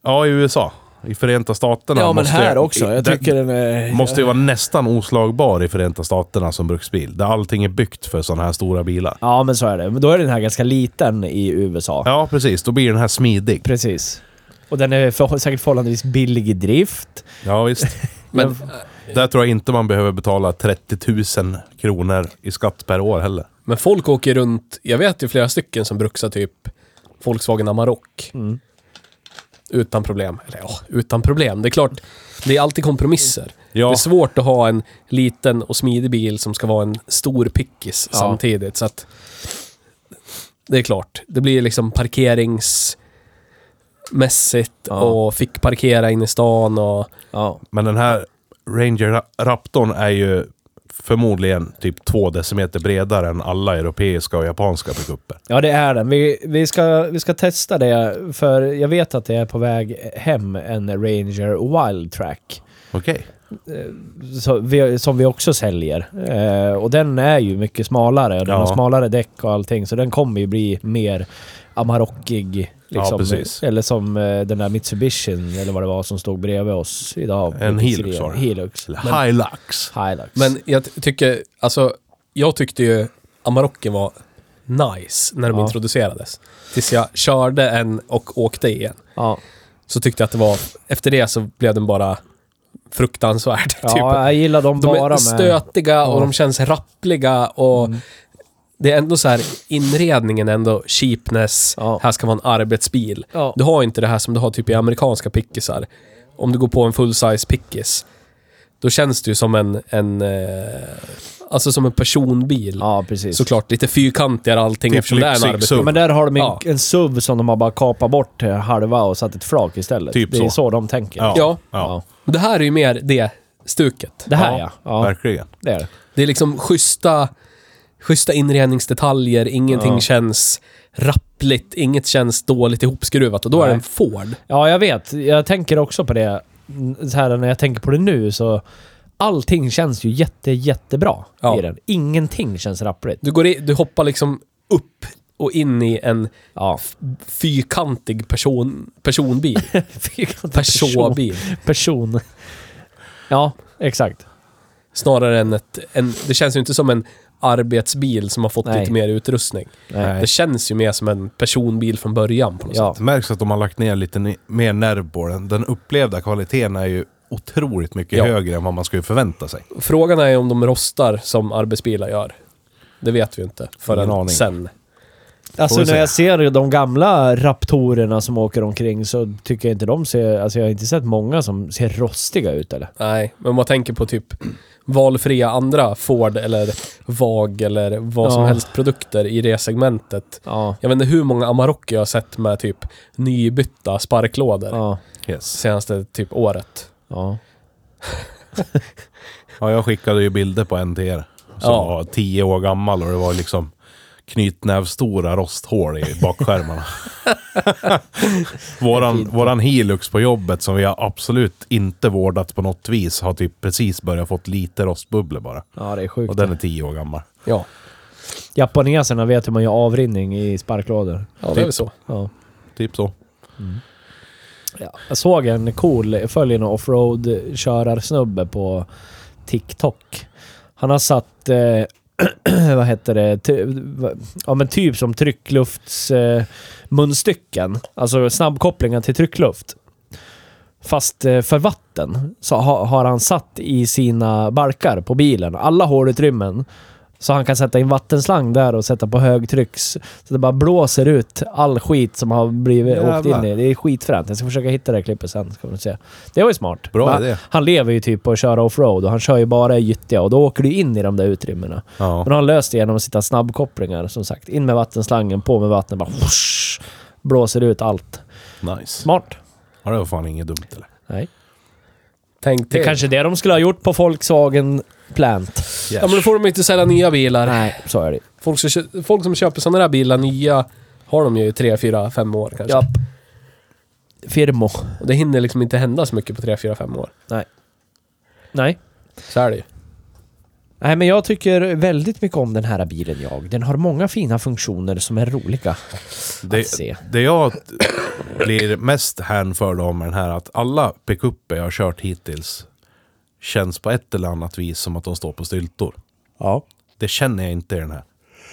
S1: Ja, i USA. I Förenta Staterna.
S2: Ja, men
S1: måste-
S2: här också. Jag
S1: den-
S2: tycker den är...
S1: Måste ju vara nästan oslagbar i Förenta Staterna som bruksbil. Där allting är byggt för sådana här stora bilar.
S2: Ja, men så är det. Men då är den här ganska liten i USA.
S1: Ja, precis. Då blir den här smidig.
S2: Precis. Och den är för, säkert förhållandevis billig i drift.
S1: Ja,
S2: <laughs>
S1: visst.
S3: Men
S2: Jag-
S1: Där tror jag inte man behöver betala 30 000 kronor i skatt per år heller.
S3: Men folk åker runt, jag vet ju flera stycken som bruxar typ Volkswagen Amarok.
S2: Mm.
S3: Utan problem. Eller ja, utan problem. Det är klart, det är alltid kompromisser.
S1: Ja.
S3: Det är svårt att ha en liten och smidig bil som ska vara en stor pickis
S2: Ja.
S3: samtidigt. Så att det är klart, det blir liksom parkeringsmässigt
S2: Ja.
S3: och fick parkera in i stan och...
S2: Ja.
S1: Men den här Ranger Ra- Raptorn är ju förmodligen typ två decimeter bredare än alla europeiska och japanska pickuper.
S2: Ja, det är den. Vi, vi, ska, vi ska testa det, för jag vet att det är på väg hem en Ranger Wild Track.
S1: Okej.
S2: så vi, som vi också säljer. Eh, och den är ju mycket smalare och den
S1: Ja.
S2: har smalare däck och allting. Så den kommer ju bli mer Amarokig.
S1: Ja,
S2: Liksom.
S1: precis.
S2: Eller som eh, den där Mitsubishin eller vad det var som stod bredvid oss idag. på
S1: En
S2: pizzerian.
S1: Hilux var det.
S2: Hilux.
S1: Eller Hilux.
S2: Hilux.
S3: Men jag ty- tycker, alltså, jag tyckte ju Amarocke var nice när de
S2: Ja.
S3: introducerades. Tills jag körde en och åkte i en.
S2: ja.
S3: Så tyckte jag att det var, efter det så blev den bara fruktansvärd. <laughs>
S2: Ja,
S3: typ.
S2: jag gillar dem
S3: De
S2: bara
S3: är stötiga och
S2: Ja. Mm.
S3: de känns rappliga och det är ändå så här, inredningen är ändå cheapness,
S2: Ja.
S3: här ska vara en arbetsbil.
S2: Ja.
S3: Du har inte det här som du har typ i amerikanska pickisar. Om du går på en full-size pickis, då känns det ju som en, en eh, alltså som en personbil.
S2: med... Ja, precis.
S3: Såklart lite fyrkantigare allting
S1: Typ
S3: eftersom det är en
S1: lyxig
S3: arbetsbil.
S2: Ja, men där har de en,
S3: Ja.
S2: en SUV som de har bara kapat bort eh, halva och satt ett flak istället.
S1: Typ
S2: det är så.
S1: så.
S2: de tänker.
S1: Ja.
S3: Ja.
S1: Ja.
S3: Det här är ju mer det stuket.
S2: Det här
S1: Ja,
S2: ja. Ja,
S1: Verkligen.
S2: det är det.
S3: Det är liksom schyssta, schyssta inredningsdetaljer, ingenting
S2: Ja.
S3: känns rappligt, inget känns dåligt ihopskruvat och då är det en Ford.
S2: Ja, jag vet. Jag tänker också på det. Mm, Så här, när jag tänker på det nu så... Allting känns ju jätte, jättebra
S3: Ja.
S2: i den. Ingenting känns rappligt.
S3: Du, går i, du hoppar liksom upp och in i en
S2: Ja. <laughs>
S3: f- fyrkantig person, personbil. Personbil.
S2: Person. Ja, exakt.
S3: Snarare än ett, en, det känns ju inte som en arbetsbil som har fått
S2: Nej.
S3: lite mer utrustning.
S2: Nej.
S3: Det känns ju mer som en personbil från början på något sätt.
S2: Ja.
S1: Det märks att de har lagt ner lite ne- mer nerv på den. Den upplevda kvaliteten är ju otroligt mycket
S3: Ja.
S1: högre än vad man skulle förvänta sig.
S3: Frågan är ju om de rostar som arbetsbilar gör. Det vet vi ju inte förrän
S1: Ingen aning.
S3: sen.
S2: Alltså
S1: Får vi
S2: när
S1: se.
S2: jag ser de gamla raptorerna som åker omkring så tycker jag inte de ser... Alltså jag har inte sett många som ser rostiga ut eller?
S3: Nej, men man tänker på typ valfria andra Ford eller VAG eller vad som
S2: Ja.
S3: helst produkter i det segmentet.
S2: Ja.
S3: Jag vet inte hur många Amarocke jag har sett med typ nybytta sparklådor
S2: Ja.
S1: Yes.
S3: senaste typ året.
S2: Ja.
S1: Ja, jag skickade ju bilder på en till er. Som
S3: Ja.
S1: var tio år gammal och det var liksom knytnävstora rosthål i
S3: <laughs>
S1: bakskärmarna. våran, våran Hilux på jobbet som vi har absolut inte vårdat på något vis har typ precis börjat fått lite rostbubblor bara.
S2: Ja, det är
S1: Och
S2: sjukt.
S1: den är tio år gammal.
S3: Ja,
S2: Japaneserna vet hur man gör avrinning i sparklådor.
S3: ja det är väl så.
S2: Ja.
S1: Typ så.
S2: Jag såg en cool, jag följer en offroad körarsnubbe på TikTok. Han har satt, eh, <clears throat> vad heter det, ty, va- ja men typ som tryckluftsmunstycken. Eh, munstycken. alltså snabbkopplingen till tryckluft. Fast eh, för vatten så ha, har han satt i sina barkar på bilen, alla hålutrymmen. Så han kan sätta in vattenslang där och sätta på högtrycks... Så det bara blåser ut all skit som har blivit åkt in
S1: Jävlar.
S2: i. Det är skitfränt. Jag ska försöka hitta det här klippet sen. Ska vi se. Det var ju smart.
S1: Bra
S2: Men
S1: idé.
S2: Han lever ju typ på att köra offroad och han kör ju bara i gyttja och då åker du in i de där utrymmena.
S1: Ja.
S2: Men han löst det genom att sitta snabbkopplingar som sagt. In med vattenslangen, på med vattnet, bara whoosh, blåser ut allt.
S1: Nice.
S2: Smart.
S1: Ja, det var fan inget dumt eller?
S2: Nej.
S3: Tänk
S2: Det är
S3: till.
S2: kanske det de skulle ha gjort på Volkswagen Plant.
S1: Yes.
S3: Ja, men då får de inte sälja nya bilar.
S2: Nej, så är det.
S3: Folk, som kö- folk som köper sådana där bilar nya har de ju i tre, fyra, fem år kanske.
S2: Japp. Firmo.
S3: Och det hinner liksom inte hända så mycket på tre, fyra, fem år.
S2: Nej.
S3: Så är det ju.
S2: Nej, men jag tycker väldigt mycket om den här bilen jag. Den har många fina funktioner som är roliga att
S1: Det,
S2: se.
S1: det jag blir mest hänförd av med den här är att alla pickuper jag har kört hittills känns på ett eller annat vis som att de står på styltor.
S2: <laughs> Ja.
S1: Det känner jag inte i den här.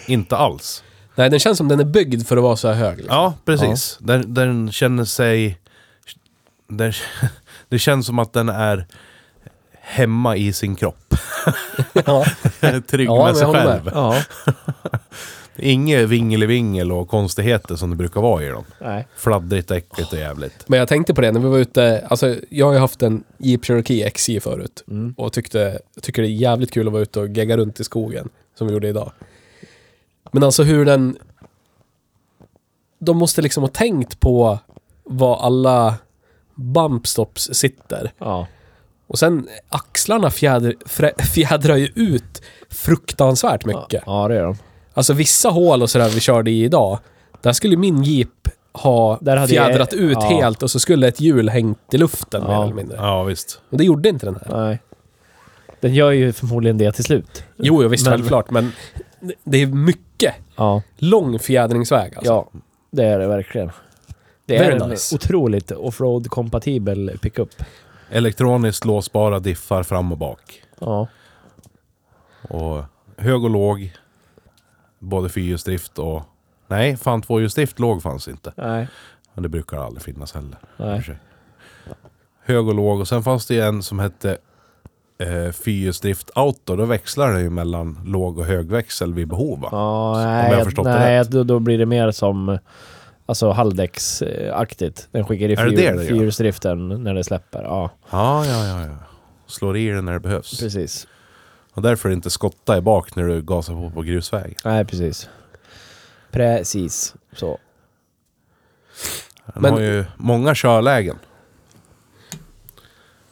S1: Inte alls.
S3: Nej, den känns som den är byggd för att vara så här hög. Liksom.
S1: Ja, precis. Den, den känner sig... Den, <laughs> det känns som att den är hemma i sin kropp. <laughs>
S3: Ja.
S1: Trygg
S3: Ja, men
S1: med sig
S3: jag håller med.
S1: själv.
S2: Ja.
S1: Inget vingelvingel och konstigheter som det brukar vara i dem.
S2: Nej.
S1: Fladdrigt, äckligt och jävligt.
S3: Men jag tänkte på det när vi var ute, alltså jag har ju haft en Jeep Cherokee XJ förut och tyckte, tycker det är jävligt kul att vara ute och gegga runt i skogen som vi gjorde idag. Men alltså hur den... De måste liksom ha tänkt på var alla bumpstops sitter.
S2: Ja.
S3: Och sen axlarna fjädr, frä, <laughs> fjädrar ju ut fruktansvärt mycket.
S2: Ja, det gör de.
S3: Alltså vissa hål och sådär vi körde i idag, där skulle min Jeep ha
S2: Där hade
S3: fjädrat
S2: jag-
S3: ut
S2: ja.
S3: helt och så skulle ett hjul hängt i luften mer
S2: Ja.
S3: eller mindre.
S1: Ja, visst.
S3: Men det gjorde inte den här.
S2: Nej. Den gör ju förmodligen det till slut.
S3: Jo, jo visst,
S2: Men-
S3: självklart. Men det- det är mycket
S2: Ja.
S3: lång fjädringsväg alltså.
S2: Ja, det är det verkligen. Det
S3: Very
S2: är en
S3: nice.
S2: otroligt offroad-kompatibel pickup.
S1: Elektroniskt låsbara diffar fram och bak.
S2: Ja.
S1: Och hög och låg. Både fyrhjulsdrift och... Nej, fan tvåhjulsdrift låg fanns inte.
S2: Nej.
S1: Men det brukar aldrig finnas heller. i och
S2: Nej.
S1: för sig. Hög och låg. Och sen fanns det ju en som hette eh, fyrhjulsdrift auto. Då växlar det ju mellan låg och högväxel vid behov va?
S2: Ja,
S1: Om jag
S2: nej,
S1: har förstått det
S2: nej då, då blir det mer som alltså halvdäcksaktigt. Den skickar i
S1: Är det
S2: fyr-
S1: det det gör?
S2: fyrhjulsdriften när det släpper. Ja,
S1: Ja, ja, ja. ja. Slår i den när det behövs.
S2: precis.
S1: Och därför är det inte skotta i bak när du gasar på på grusväg.
S2: Nej, precis. Precis så.
S1: Den
S3: Men-
S1: har ju många körlägen.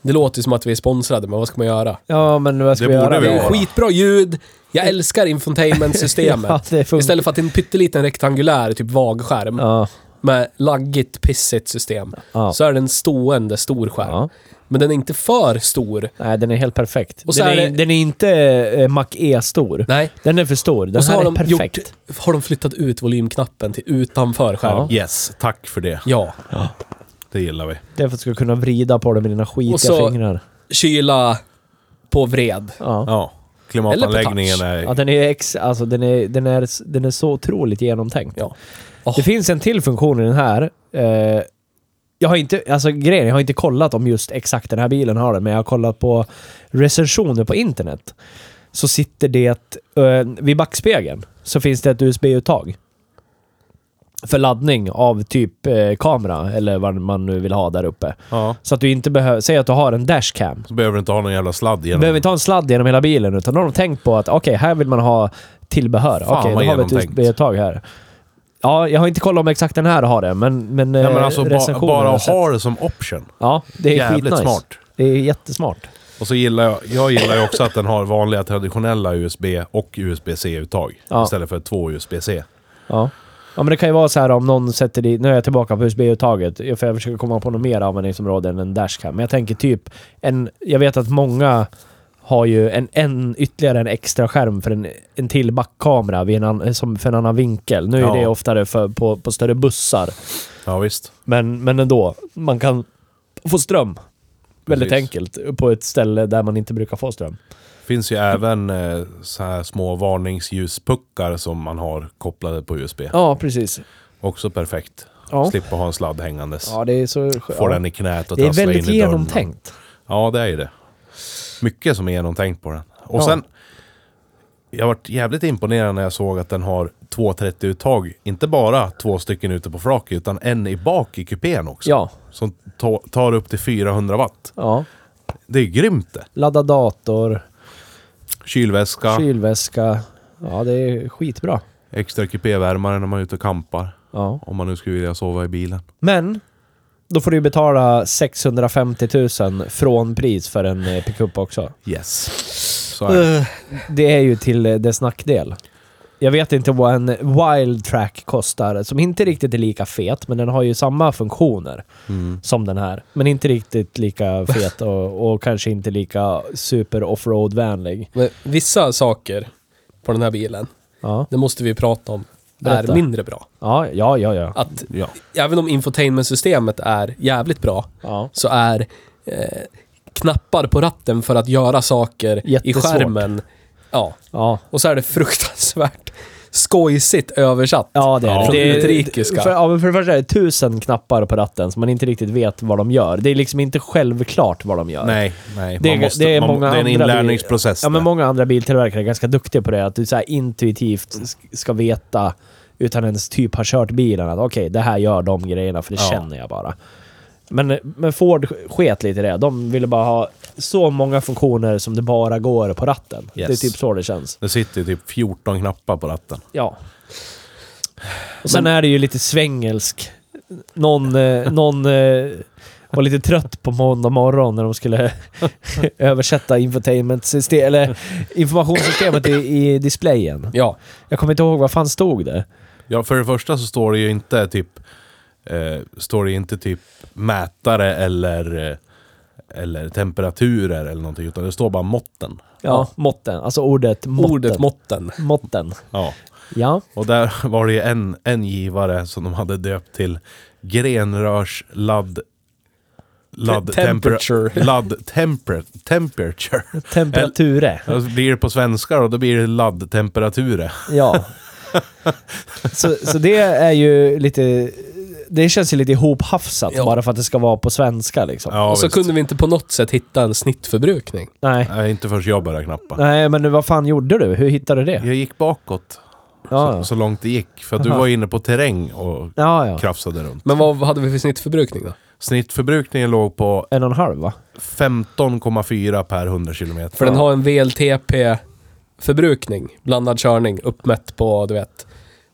S3: Det låter som att vi är sponsrade, men vad ska man göra?
S2: Ja, men vad ska
S1: Det
S2: vi
S1: borde
S2: göra?
S1: vi
S3: Det
S1: Ja.
S3: är skitbra ljud. Jag älskar
S2: Ja, <laughs>
S3: infotainment-systemet.
S2: det funkar.
S3: Istället för att det är en pytteliten rektangulär typ vagskärm
S2: Ja,
S3: med laggigt, pissigt system.
S2: ja.
S3: Så är det en stående stor skärm.
S2: ja.
S3: Men den är inte för stor.
S2: Nej, den är helt perfekt.
S3: Och så
S2: den, är,
S3: är det-
S2: den är inte eh, Mac E-stor.
S3: Nej.
S2: Den är för stor. Den
S3: Och så
S2: här
S3: har
S2: är
S3: de,
S2: perfekt.
S3: gjort, har de flyttat ut volymknappen till utanför skärmen.
S1: Yes, tack för det.
S3: Ja.
S1: Det gillar vi.
S2: Det är för att du ska kunna vrida på det med dina skitiga
S3: Och så-
S2: fingrar.
S3: Kyla på vred.
S2: Ja.
S1: Ja. Klimatanläggningen
S3: Eller
S1: är...
S2: ja, den är ex... Alltså den är, den är, den är så otroligt genomtänkt.
S3: Ja. Åh.
S2: Det finns en till funktion i den här. Eh, jag har inte, alltså grejen, jag har inte kollat om just exakt den här bilen har den, men jag har kollat på recensioner på internet. Så sitter det, eh, vid backspegeln, så finns det ett USB-uttag. För laddning av typ eh, kamera, eller vad man nu vill ha där uppe.
S1: Ja.
S2: Så att du inte behöver, säg att du har en dashcam.
S1: Så behöver du inte ha någon jävla sladd
S2: Du
S1: genom.
S2: behöver inte ha en sladd genom hela bilen, utan då har de tänkt på att okej, här vill man ha tillbehör.
S1: Fan,
S2: Okej,
S1: vad
S2: då har vi ett
S1: genomtänkt.
S2: USB-tag här. Ja, jag har inte kollat om exakt den här har det, men, men,
S1: Ja,
S2: eh,
S1: men alltså ba,
S2: recensionerna
S1: bara
S2: har jag sett.
S1: ha det som option.
S2: Ja, det är
S1: Jävligt
S2: skitnice.
S1: smart.
S2: Det är jättesmart.
S1: Och så gillar jag... Jag gillar ju också att den har vanliga traditionella USB och USB-C-uttag.
S2: Ja.
S1: Istället för två USB-C.
S2: Ja. ja, men det kan ju vara så här om någon sätter i... Nu är jag tillbaka på USB-uttaget, för jag försöker komma på något mer användningsområde än en dashcam. Men jag tänker typ en... Jag vet att många har ju en, en ytterligare en extra skärm för en, en till backkamera vid en an, som för en annan vinkel. Nu är
S1: Ja.
S2: det oftare för, på, på större bussar.
S1: Ja, visst.
S2: Men, men ändå, man kan få ström. Väldigt
S1: Precis.
S2: enkelt. På ett ställe där man inte brukar få ström.
S1: finns ju även eh, så här små varningsljuspuckar som man har kopplade på USB.
S2: Ja, precis.
S1: Också perfekt.
S2: Ja,
S1: Slippa ha en sladd hängandes.
S2: ja det är så skönt.
S1: Få den i knät och
S2: Det är
S1: trassla in i
S2: väldigt
S1: dörren.
S2: genomtänkt.
S1: Ja, det är ju det. Mycket som är genomtänkt på den. Och
S2: Ja.
S1: sen... Jag varit jävligt imponerad när jag såg att den har 230-uttag. Inte bara två stycken ute på flaket, utan en i bak i kupén också.
S2: Ja.
S1: Som ta- tar upp till 400 watt.
S2: Ja.
S1: Det är grymt det.
S2: Ladda dator,
S1: Kylväska,
S2: kylväska. Ja, det är skitbra.
S1: extra kupévärmare när man är ute och kampar.
S2: Ja.
S1: Om man nu skulle vilja sova i bilen.
S2: Men, då får du ju betala 650 000 från pris för en eh, pickup också.
S1: Yes. Så är
S2: Eh,
S1: det.
S2: Det är ju till eh, dess nackdel. Jag vet inte vad en wild track kostar, som inte riktigt är lika fet, men den har ju samma funktioner
S1: Mm.
S2: som den här. Men inte riktigt lika fet och, och kanske inte lika super offroad-vänlig.
S3: Men vissa saker på den här bilen,
S2: Ja.
S3: det måste vi prata om,
S2: Berätta.
S3: är mindre bra.
S2: ja, ja, ja, ja.
S3: Att
S1: Ja.
S3: även om infotainmentsystemet är jävligt bra,
S2: ja.
S3: så är eh, knappar på ratten för att göra saker i
S2: Jättesvårt.
S3: skärmen. Ja,
S2: ja.
S3: och så är det fruktansvärt skojsigt översatt.
S2: Ja, det är
S3: Från
S2: det. det. är-
S3: utrikiska.
S2: För, ja, men för det första är det tusen knappar på ratten som man inte riktigt vet vad de gör. Det är liksom inte självklart vad de gör.
S1: Nej, nej.
S2: Det,
S1: man måste,
S2: det är
S1: man,
S2: många
S1: det är en
S2: andra
S1: inlärningsprocess.
S2: Bil, ja, men
S1: där.
S2: många andra biltillverkare är ganska duktiga på det. Att du så här intuitivt sk- ska veta, utan ens typ har kört bilen, att okej, det här gör de grejerna för det
S1: Ja.
S2: känner jag bara. Men, men Ford sket lite i det. De ville bara ha så många funktioner som det bara går på ratten.
S1: Yes.
S2: Det är typ så det känns.
S1: Det sitter ju typ 14 knappar på ratten.
S2: Ja. Och sen är det ju lite svängelsk. Någon, eh, någon eh, var lite trött på måndag morgon när de skulle <laughs> översätta infotainmentsystem, eller informationssystemet i, i displayen.
S3: Ja,
S2: Jag kommer inte ihåg vad fan stod det.
S1: Ja, för det första så står det ju inte typ eh, står det inte typ mätare eller, eh, eller temperaturer eller någonting, utan det står bara måtten.
S2: Ja, måtten. Alltså ordet måtten.
S3: Ordet måtten.
S2: måtten.
S1: Ja.
S2: Ja.
S1: Och där <laughs> var det ju en, en givare som de hade döpt till grenrörsladd... Ladd...
S3: Temperature.
S1: Temperature. Ladd... Temper, temperature.
S2: Temperature.
S1: Och så blir det på svenska och då blir det laddtemperature.
S2: Ja. Så, så det är ju lite... Det känns ju lite ihophafsat
S3: Ja.
S2: bara för att det ska vara på svenska liksom.
S1: Ja,
S3: och så
S1: visst.
S3: kunde vi inte på något sätt hitta en snittförbrukning.
S2: Nej.
S1: Nej, inte förrän jag började knappa.
S2: Nej, men vad fan gjorde du? Hur hittade du det?
S1: Jag gick bakåt
S2: Ja,
S1: så, så långt det gick. För att du
S2: Aha.
S1: var inne på terräng och
S2: ja. ja.
S1: krafsade runt.
S3: Men vad hade vi för snittförbrukning då?
S1: Snittförbrukningen låg på
S2: En och en halv va?
S1: 15,4 per 100 kilometer.
S3: För den har en VLTP-förbrukning, blandad körning, uppmätt på, du vet,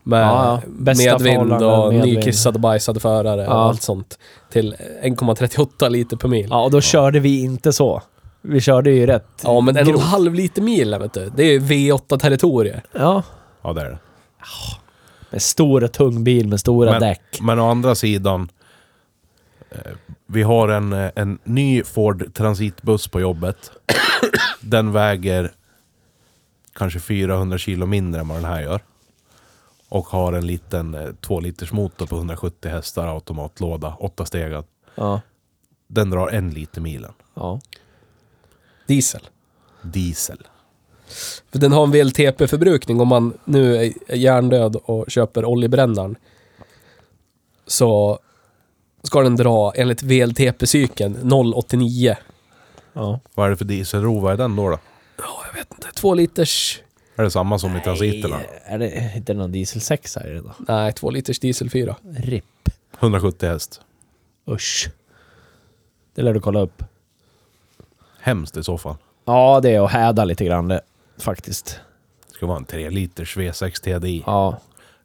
S3: med
S2: Ja, ja. Bästa
S3: medvind och
S2: förhållanden, medvind.
S3: nykissade och bajsade förare och
S2: Ja.
S3: allt sånt. Till 1,38 liter per mil. Ja,
S2: Ja, och då körde vi inte så. Vi körde ju rätt.
S3: men en och en
S2: grovt.
S3: halv liter mil, vet du. Det är V8-territorier.
S2: Ja.
S1: Ja, det är det.
S2: En stor och tung bil med stora
S1: Men,
S2: däck.
S1: men å andra sidan, eh, vi har en, eh, en ny Ford Transitbuss på jobbet. <coughs> Den väger kanske 400 kilo mindre än vad den här gör. Och har en liten eh, 2 liters motor på 170 hästar, automatlåda, 8 stegad.
S2: Ja.
S1: Den drar en liter milen.
S2: ja.
S3: Diesel.
S1: Diesel.
S3: För den har en VLTP-förbrukning om man nu är hjärndöd och köper oljebrännaren. Så ska den dra, enligt VLTP-cykeln, 0,89.
S2: ja.
S1: Vad är det för dieselrova i den då? då?
S3: Två liters...
S1: Är det samma som i transiterna?
S2: Är det är det någon diesel 6 här i det då?
S3: Nej, två liters diesel 4.
S2: RIP.
S1: 170 häst.
S2: Usch. Det lär du kolla upp.
S1: Hemskt i så fall.
S2: Ja, det är att häda lite grann det, faktiskt.
S1: Det ska vara en 3 liters V6 TDI.
S2: Ja.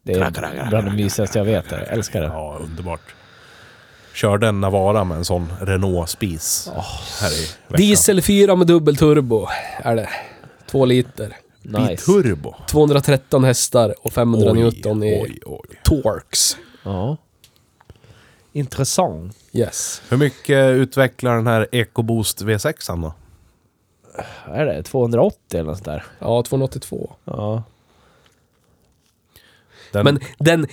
S2: Det är bland det mysigaste jag vet. Jag älskar det.
S1: Ja, underbart. Körde en Navara med en sån Renault-spis här i veckan.
S3: Diesel 4 med dubbelturbo är det. Två liter.
S2: Nice.
S1: Biturbo.
S3: 213 hästar och 500 newton i
S1: oj, oj.
S3: torx.
S2: Ja. Intressant.
S3: Yes.
S1: Hur mycket utvecklar den här EcoBoost V6 an då?
S2: Vad är det? 280 eller något sånt där?
S3: Ja, 282.
S2: Ja.
S1: Den,
S3: Men den...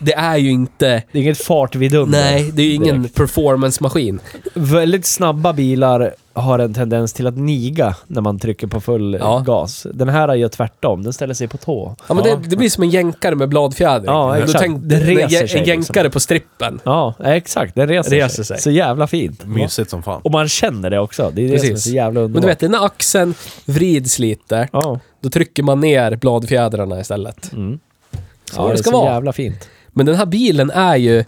S3: Det är ju inte...
S2: Det är inget fartvidunder.
S3: Nej, det är ju ingen
S2: direkt.
S3: performance-maskin.
S2: Väldigt snabba bilar har en tendens till att niga när man trycker på full
S3: Ja.
S2: gas. Den här gör tvärtom. Den ställer sig på tå.
S3: Ja, men det, det blir som en jänkare med bladfjäder.
S2: Ja,
S3: Du
S2: exakt.
S3: tänk-
S2: Den reser
S3: en jä-
S2: sig
S3: En
S2: liksom.
S3: jänkare på strippen.
S2: Ja, exakt. Den reser,
S3: Reser
S2: sig.
S3: sig.
S2: Så jävla fint.
S1: Mysigt som fan.
S2: Och man känner det också. Det är det som är
S3: Precis.
S2: så jävla underbart.
S3: Men du vet, när axeln vrids lite,
S2: Ja.
S3: då trycker man ner bladfjädrarna istället.
S2: Mm.
S3: Så
S2: ja,
S3: det
S2: det
S3: ska
S2: är så
S3: vara.
S2: jävla fint.
S3: Men den här bilen är ju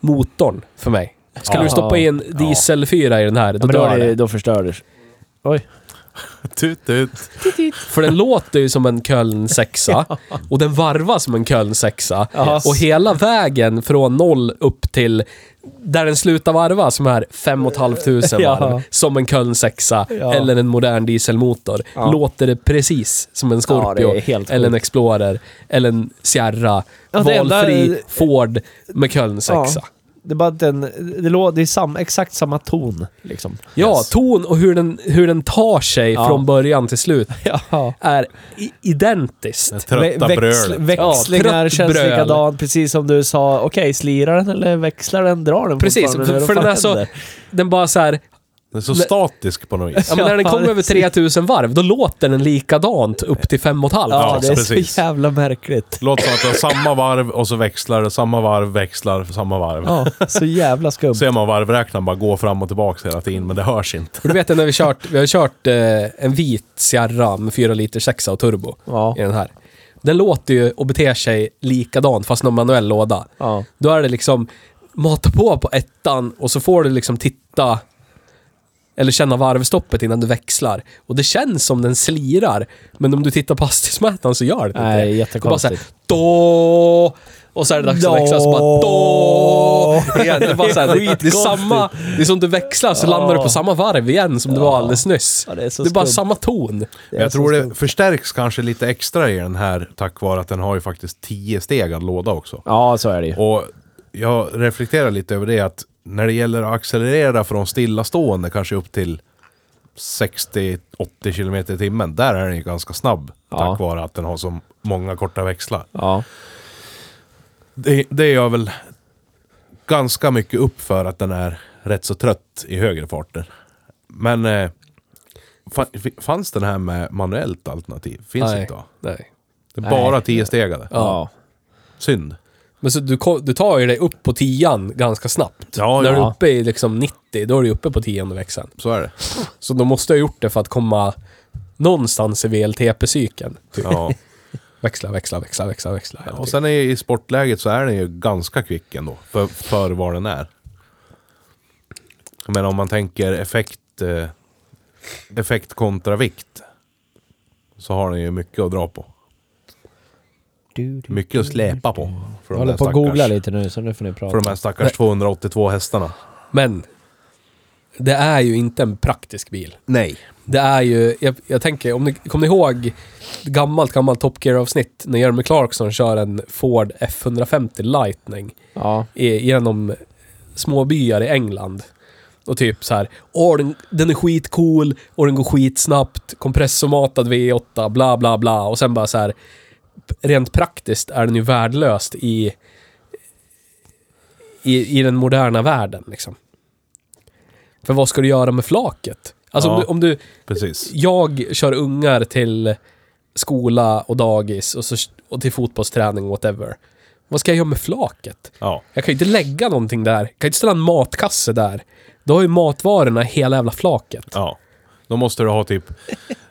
S3: motorn för mig. Skulle
S2: Ja.
S3: du stoppa in dieselfyra i den här, då
S2: men då,
S3: dör
S2: är det,
S3: det.
S2: då förstör det. Oj.
S1: Tut, tut.
S3: För den låter ju som en Köln 6
S2: <laughs>
S3: och den varvar som en Köln 6
S2: Ja.
S3: Och hela vägen från noll upp till där den slutar varva, som är 5 500
S2: Ja.
S3: varv, som en Köln 6
S2: Ja.
S3: eller en modern dieselmotor,
S2: Ja.
S3: låter det precis som en
S2: Ja,
S3: Scorpio,
S2: det är helt
S3: eller en
S2: sjukt.
S3: Explorer, eller en Sierra,
S2: Ja, det enda-
S3: valfri Ford med Köln 6
S2: Ja. Det är bara att den, det, lå, det är sam, exakt samma ton. Liksom.
S3: Ja, ton och hur den, hur den tar sig
S2: Ja.
S3: från början till slut
S2: <laughs> Ja.
S3: är i- identiskt.
S1: Den trötta
S2: Vä-
S1: brölet.
S2: växlingar
S3: Ja, trött
S2: känns
S3: bröl.
S2: likadant, precis som du sa. Okej, slirar den eller växlar den? Drar den
S3: Precis,
S2: fortfarande?
S3: för,
S2: Vad
S3: för den
S2: fan
S3: är så...
S2: händer?
S3: Den bara så här,
S1: Den är så
S3: Nej.
S1: statisk på något vis.
S3: ja, men när den
S2: Ja,
S3: kommer över
S2: precis.
S3: 3000 varv, då låter den likadant upp till 5,5.
S2: Ja,
S1: Ja,
S2: det är
S1: precis.
S2: så jävla märkligt.
S1: Låter som att det har samma varv och så växlar det, samma varv, växlar, samma varv.
S2: Ja, så jävla skumt.
S1: Ser man varvräknaren bara gå fram och tillbaka hela tiden, men det hörs inte.
S3: För du vet, när vi, kört, vi har kört eh, en vit Sierra med 4 liter 6 och turbo
S2: Ja.
S3: i den här. Den låter ju och beter sig likadant, fast någon manuell låda.
S2: Ja.
S3: Då är det liksom, mata på på ettan och så får du liksom titta eller känna varvstoppet innan du växlar. Och det känns som den slirar, men om du tittar på hastighetsmätaren så gör det
S2: Nej,
S3: inte det.
S2: jättekonstigt.
S3: Det är bara såhär, då och så är det dags att
S2: Då.
S3: växla, så bara då igen. Det är, bara så här, det, det är
S2: Skitkonstigt.
S3: samma, det är som du växlar så
S2: Ja.
S3: landar du på samma varv igen som du var alldeles nyss.
S2: Ja,
S3: det,
S2: det
S3: är
S2: är så
S3: bara
S2: skumt.
S3: samma ton.
S2: Det är
S1: Jag
S2: så
S1: tror
S2: skumt.
S1: det förstärks kanske lite extra i den här tack vare att den har ju faktiskt 10 stegad låda också.
S2: Ja, så är det ju.
S1: Och jag reflekterar lite över det att när det gäller att accelerera från stillastående kanske upp till 60-80 km i timmen, där är den ju ganska snabb.
S2: Ja.
S1: Tack vare att den har så många korta växlar.
S2: Ja.
S1: Det, det är jag väl ganska mycket upp för att den är rätt så trött i högre farter. Men eh, fa- f- fanns den här med manuellt alternativ? Finns
S3: Nej.
S1: inte då?
S3: Nej.
S1: Det är
S2: Nej.
S1: bara 10-stegade.
S2: Ja.
S1: Synd.
S3: Men så du, ko- du tar ju dig upp på tian ganska snabbt.
S1: Ja,
S3: När du är
S1: ja.
S3: uppe i liksom 90, då är du uppe på tionde växeln.
S1: Så är det.
S3: Så de måste ha gjort det för att komma någonstans i VLTP-cykeln. Typ.
S1: Ja.
S3: Växla, växla, växla, växla, växla. hela
S1: Och
S3: tiden.
S1: sen är, i sportläget så är den ju ganska kvick ändå, för, för vad den är. Men om man tänker effekt, eh, effekt kontra vikt, så har den ju mycket att dra på.
S2: Du, du,
S1: Mycket att släpa på. För de
S2: jag håller
S1: där
S2: på att googla
S1: stackars-
S2: lite nu, så nu får ni
S1: För de
S2: prata.
S1: här stackars 282 hästarna.
S3: Men, det är ju inte en praktisk bil.
S1: Nej.
S3: Det är ju, jag, jag tänker, om ni, kommer ni ihåg ett gammalt, gammalt Top Gear-avsnitt när Jeremy Clarkson kör en Ford F150 Lightning
S2: Ja.
S3: i, genom små byar i England. Och typ så här, åh den, den är skitcool och den går skitsnabbt, kompressormatad V8, bla bla bla. Och sen bara så här, p- rent praktiskt är den ju värdelöst i, i, i den moderna världen liksom. För vad ska du göra med flaket? Alltså om,
S1: Ja.
S3: du, om du,
S1: Precis.
S3: jag kör ungar till skola och dagis och, så, och till fotbollsträning, whatever. Vad ska jag göra med flaket?
S1: Ja.
S3: Jag kan ju inte lägga någonting där. Jag kan ju inte ställa en matkasse där. Då har ju matvarorna hela jävla flaket.
S1: ja. Då måste du ha typ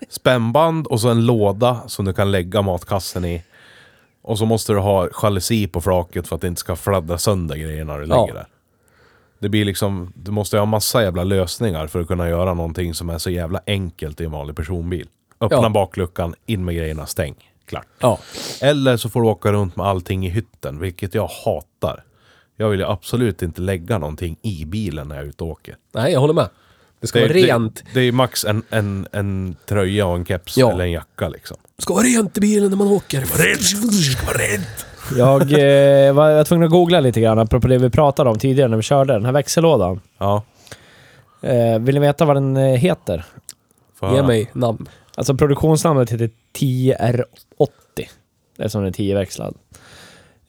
S1: spännband och så en låda som du kan lägga matkassen i. Och så måste du ha jalusi på flaket för att det inte ska fladdra sönder grejer när du
S3: Ja.
S1: lägger där. Det blir liksom, du måste ha massa jävla lösningar för att kunna göra någonting som är så jävla enkelt i en vanlig personbil. Öppna
S3: Ja.
S1: bakluckan, in med grejerna, stäng. Klart.
S3: Ja.
S1: Eller så får du åka runt med allting i hytten, vilket jag hatar. Jag vill ju absolut inte lägga någonting i bilen när jag är ute och åker.
S3: Nej, jag håller med. Det ska vara rent.
S1: Det, det är max en, en, en tröja och en keps
S3: Ja.
S1: eller en jacka liksom.
S3: Det ska vara rent i bilen när man åker. Rent! rent!
S2: Jag eh, var, var tvungen att googla lite grann, apropå det vi pratade om tidigare när vi körde den här växellådan.
S1: Ja,
S2: Eh, vill ni veta vad den eh, heter?
S1: får
S3: Ge
S1: höra.
S3: mig namn.
S2: Alltså produktionsnamnet heter 10R80. Eftersom den är 10-växlad.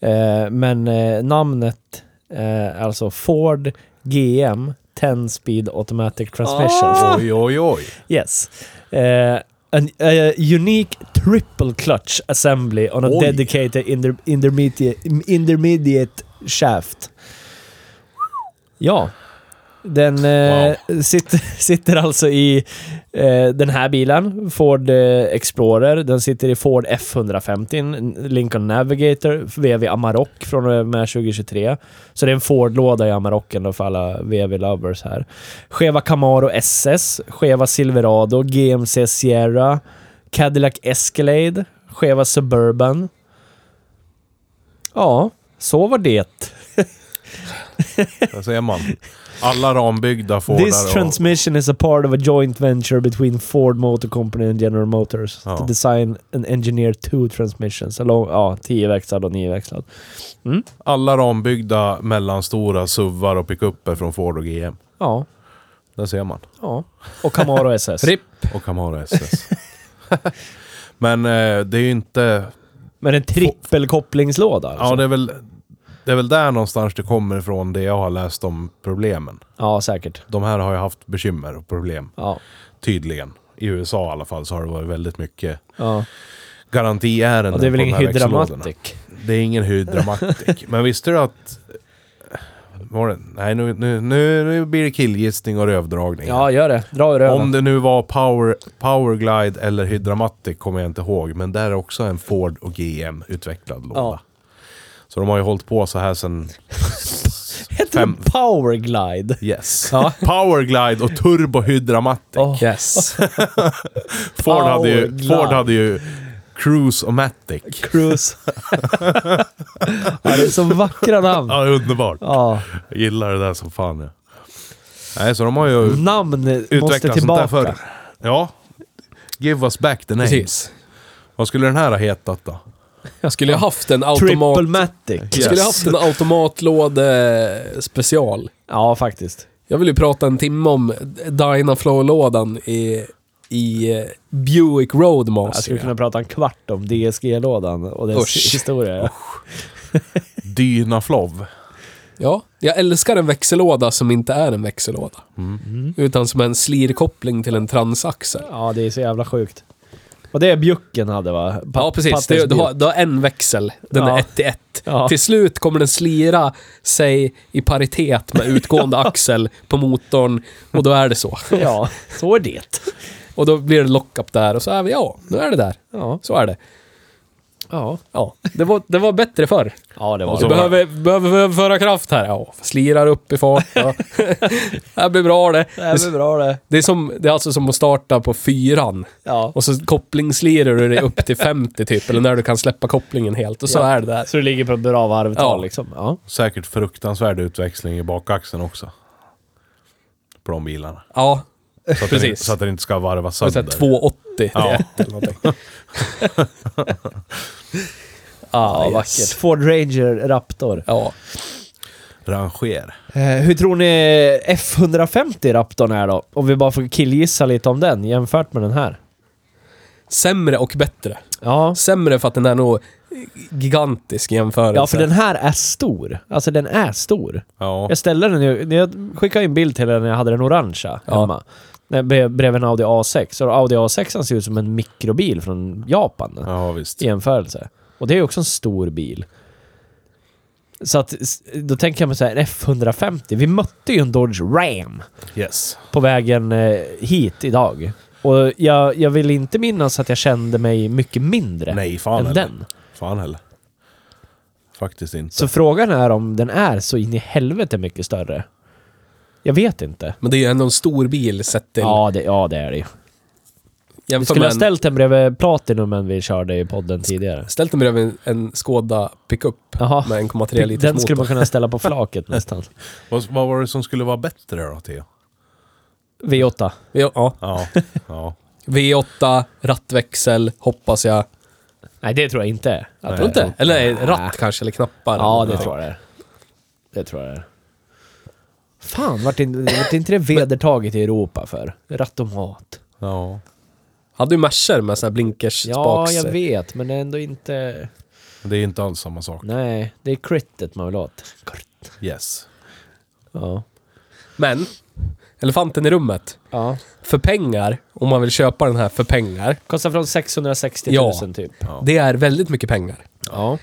S2: Eh, men eh, namnet eh, är alltså Ford GM 10 Speed Automatic Transmission.
S1: Oj, oj, oj.
S2: Yes. Eh, an a unique triple clutch assembly on a
S1: Oj.
S2: dedicated inter intermediate, intermediate shaft. Ja. Den eh, sitter, <laughs> sitter alltså i eh, den här bilen, Ford eh, Explorer. Den sitter i Ford F150, Lincoln Navigator, VW Amarok från och med 2023. Så det är en Ford-låda i Amarocken då för alla VW-lovers här. Cheva Camaro SS, Cheva Silverado, GMC Sierra, Cadillac Escalade, Cheva Suburban. Ja, så var det.
S1: Där ser man. Alla rambyggda
S2: This
S1: Fordar och...
S2: transmission is a part of a joint venture between Ford Motor Company and General Motors
S1: Ja.
S2: to design and engineer two transmissions. Along, ja, 10-växlad och 9-växlad.
S1: Alla rambyggda mellanstora SUVar och pickuper från Ford och GM.
S2: Ja,
S1: Där ser man.
S2: ja.
S1: <laughs>
S2: Och Camaro SS.
S3: Ripp.
S1: Och Camaro SS. Men eh, det är ju inte...
S2: Men en trippelkopplingslåda alltså.
S1: Ja, det är väl... Det är väl där någonstans det kommer ifrån det jag har läst om problemen.
S2: ja säkert.
S1: De här har ju haft bekymmer och problem.
S2: Ja.
S1: Tydligen. I USA i alla fall så har det varit väldigt mycket
S2: ja.
S1: garantiärenden
S2: Och det är väl
S1: på de
S2: ingen
S1: här växellådorna.
S2: hydramatic?
S1: Det är ingen
S2: <laughs>
S1: hydramatic. Men visste du att... Var det? Nej, nu, nu, nu, nu blir det killgissning och rövdragning.
S2: Ja, gör det. Dra ur öronen.
S1: Om det nu var Power, Powerglide eller Hydramatic kommer jag inte ihåg, men där är också en Ford och GM-utvecklad låda.
S2: Ja.
S1: Så de har ju hållit på så här
S2: <laughs>
S1: sen...
S2: Heter
S1: fem-
S2: det Powerglide?
S1: Yes. <laughs>
S3: Ja.
S1: Powerglide och Turbo Hydramatic. <laughs>
S2: Oh.
S3: Yes.
S1: Ford, hade ju,
S2: Powerglide.
S1: Ford hade ju Cruise och Matic.
S2: Cruise. ja, det är så vackra namn.
S1: <laughs> Ja, underbart.
S2: Ja.
S1: Jag gillar det där som fan. Ja. Nej, så de har ju
S2: Namn Mm. måste
S1: utvecklat sånt där
S2: tillbaka.
S1: förr. Ja. Give us back the names.
S3: Precis.
S1: Vad skulle den här ha hetat då?
S3: Jag skulle ju haft en automat...
S2: Triplematic.
S3: Jag skulle haft en automatlåde special.
S2: Ja, faktiskt.
S3: Jag vill ju prata en timme om Dynaflow-lådan i, i eh, Buick
S2: Jag
S3: Roadmaster.
S2: skulle kunna prata en kvart om DSG-lådan och dess
S3: Usch.
S2: historia.
S1: Dynaflov.
S3: Ja, jag älskar en växellåda som inte är en växellåda. Utan som är en slirkoppling till en transaxel.
S2: Ja, det är så jävla sjukt. Och det är Bjucken hade va? Pa-
S3: ja, precis.
S2: Patters
S3: Du, du,
S2: Bjuck.
S3: har, du har en växel. Den
S2: Ja.
S3: är ett i ett.
S2: Ja.
S3: Till slut kommer den slira sig i paritet
S2: <laughs>
S3: med utgående axel på motorn. Och då är det så.
S2: Ja, så är det.
S3: Och då blir det lockup där och så är vi, ja, nu är det där.
S2: Ja.
S3: Så är det.
S2: Ja,
S3: Ja, det var, det var bättre förr.
S2: ja det
S3: Du
S2: var
S1: så-
S2: det.
S3: behöver, behöver föra kraft här. Ja, slirar upp i fart.
S2: <laughs>
S3: Ja. det här blir bra det.
S2: Det här blir bra det.
S3: Det är, som, det är alltså som att starta på fyran.
S2: Ja.
S3: Och så kopplingslirar du det upp till 50 typ, eller när du kan släppa kopplingen helt. Och så
S2: Ja.
S3: är det där.
S2: Så du ligger på ett bra varvtal
S3: Ja.
S2: liksom? Ja.
S1: Säkert fruktansvärd utväxling i bakaxeln också. På de bilarna.
S3: Ja,
S1: Så att, den,
S3: precis.
S1: inte- så att den inte ska varvas
S3: Det är så här
S1: sönder.
S3: 280.
S1: Ja.
S3: Ja, <laughs> eller någonting. ah,
S2: Yes.
S3: vackert.
S2: Ford Ranger Raptor.
S3: Ja.
S1: Ranger.
S2: Eh, hur tror ni F150 Raptorn är då? Om vi bara får killgissa lite om den jämfört med den här.
S3: Sämre och bättre.
S2: Ja.
S3: Sämre för att den är nog gigantisk i jämförelse.
S2: Ja, för den här är stor. Alltså den är stor.
S1: Ja.
S2: Jag ställde den ju... Jag skickade ju en bild till den när jag hade den orangea
S3: Ja.
S2: hemma. När- bre- Bredvid en Audi A6. Och Audi A6 ser ut som en mikrobil från Japan
S1: Ja, visst.
S2: i jämförelse. Och det är ju också en stor bil. Så att, s- då tänker jag mig så här, en F150. Vi mötte ju en Dodge Ram
S1: Yes.
S2: på vägen eh, hit idag. Och jag, jag vill inte minnas att jag kände mig mycket mindre
S1: Nej, fan
S2: än
S1: heller.
S2: den.
S1: Fan heller. Faktiskt inte.
S2: Så frågan är om den är så in i helvete mycket större. Jag vet inte.
S3: Men det är ju ändå en stor bil sett till...
S2: Ja det, ja, det är det ju. Vi
S3: jämfört
S2: skulle
S3: med
S2: ha
S3: en-
S2: ställt den bredvid Platinumen vi körde i podden tidigare.
S3: Ställt den bredvid en, en Skoda pickup
S2: Jaha.
S3: med 1,3 liters
S2: Den skulle
S3: motor.
S2: man kunna ställa på <laughs> flaket nästan.
S1: Vad, vad var det som skulle vara bättre då, Theo?
S2: V8.
S3: V- ja.
S1: Ja. ja.
S3: V8, rattväxel, hoppas jag.
S2: Nej, det tror jag inte. är.
S3: Jag tror inte. Eller nej, ratt kanske, eller knappar.
S2: Ja, det tror jag det är. Det tror jag det är. Fan, vart inte, vart inte <laughs> det vedertaget i Europa för? Rattomat.
S1: ja.
S3: Hade ju Mercer med såna här blinkers
S2: Ja,
S3: spaks.
S2: jag vet, men det är ändå inte...
S1: Det är inte alls samma sak.
S2: Nej, det är crittet man vill åt.
S1: Yes.
S2: Ja.
S3: Men, elefanten i rummet.
S2: ja.
S3: För pengar, om man vill köpa den här för pengar,
S2: Kostar från 660 000
S3: Ja.
S2: typ.
S1: Ja.
S3: det är väldigt mycket pengar.
S2: Ja.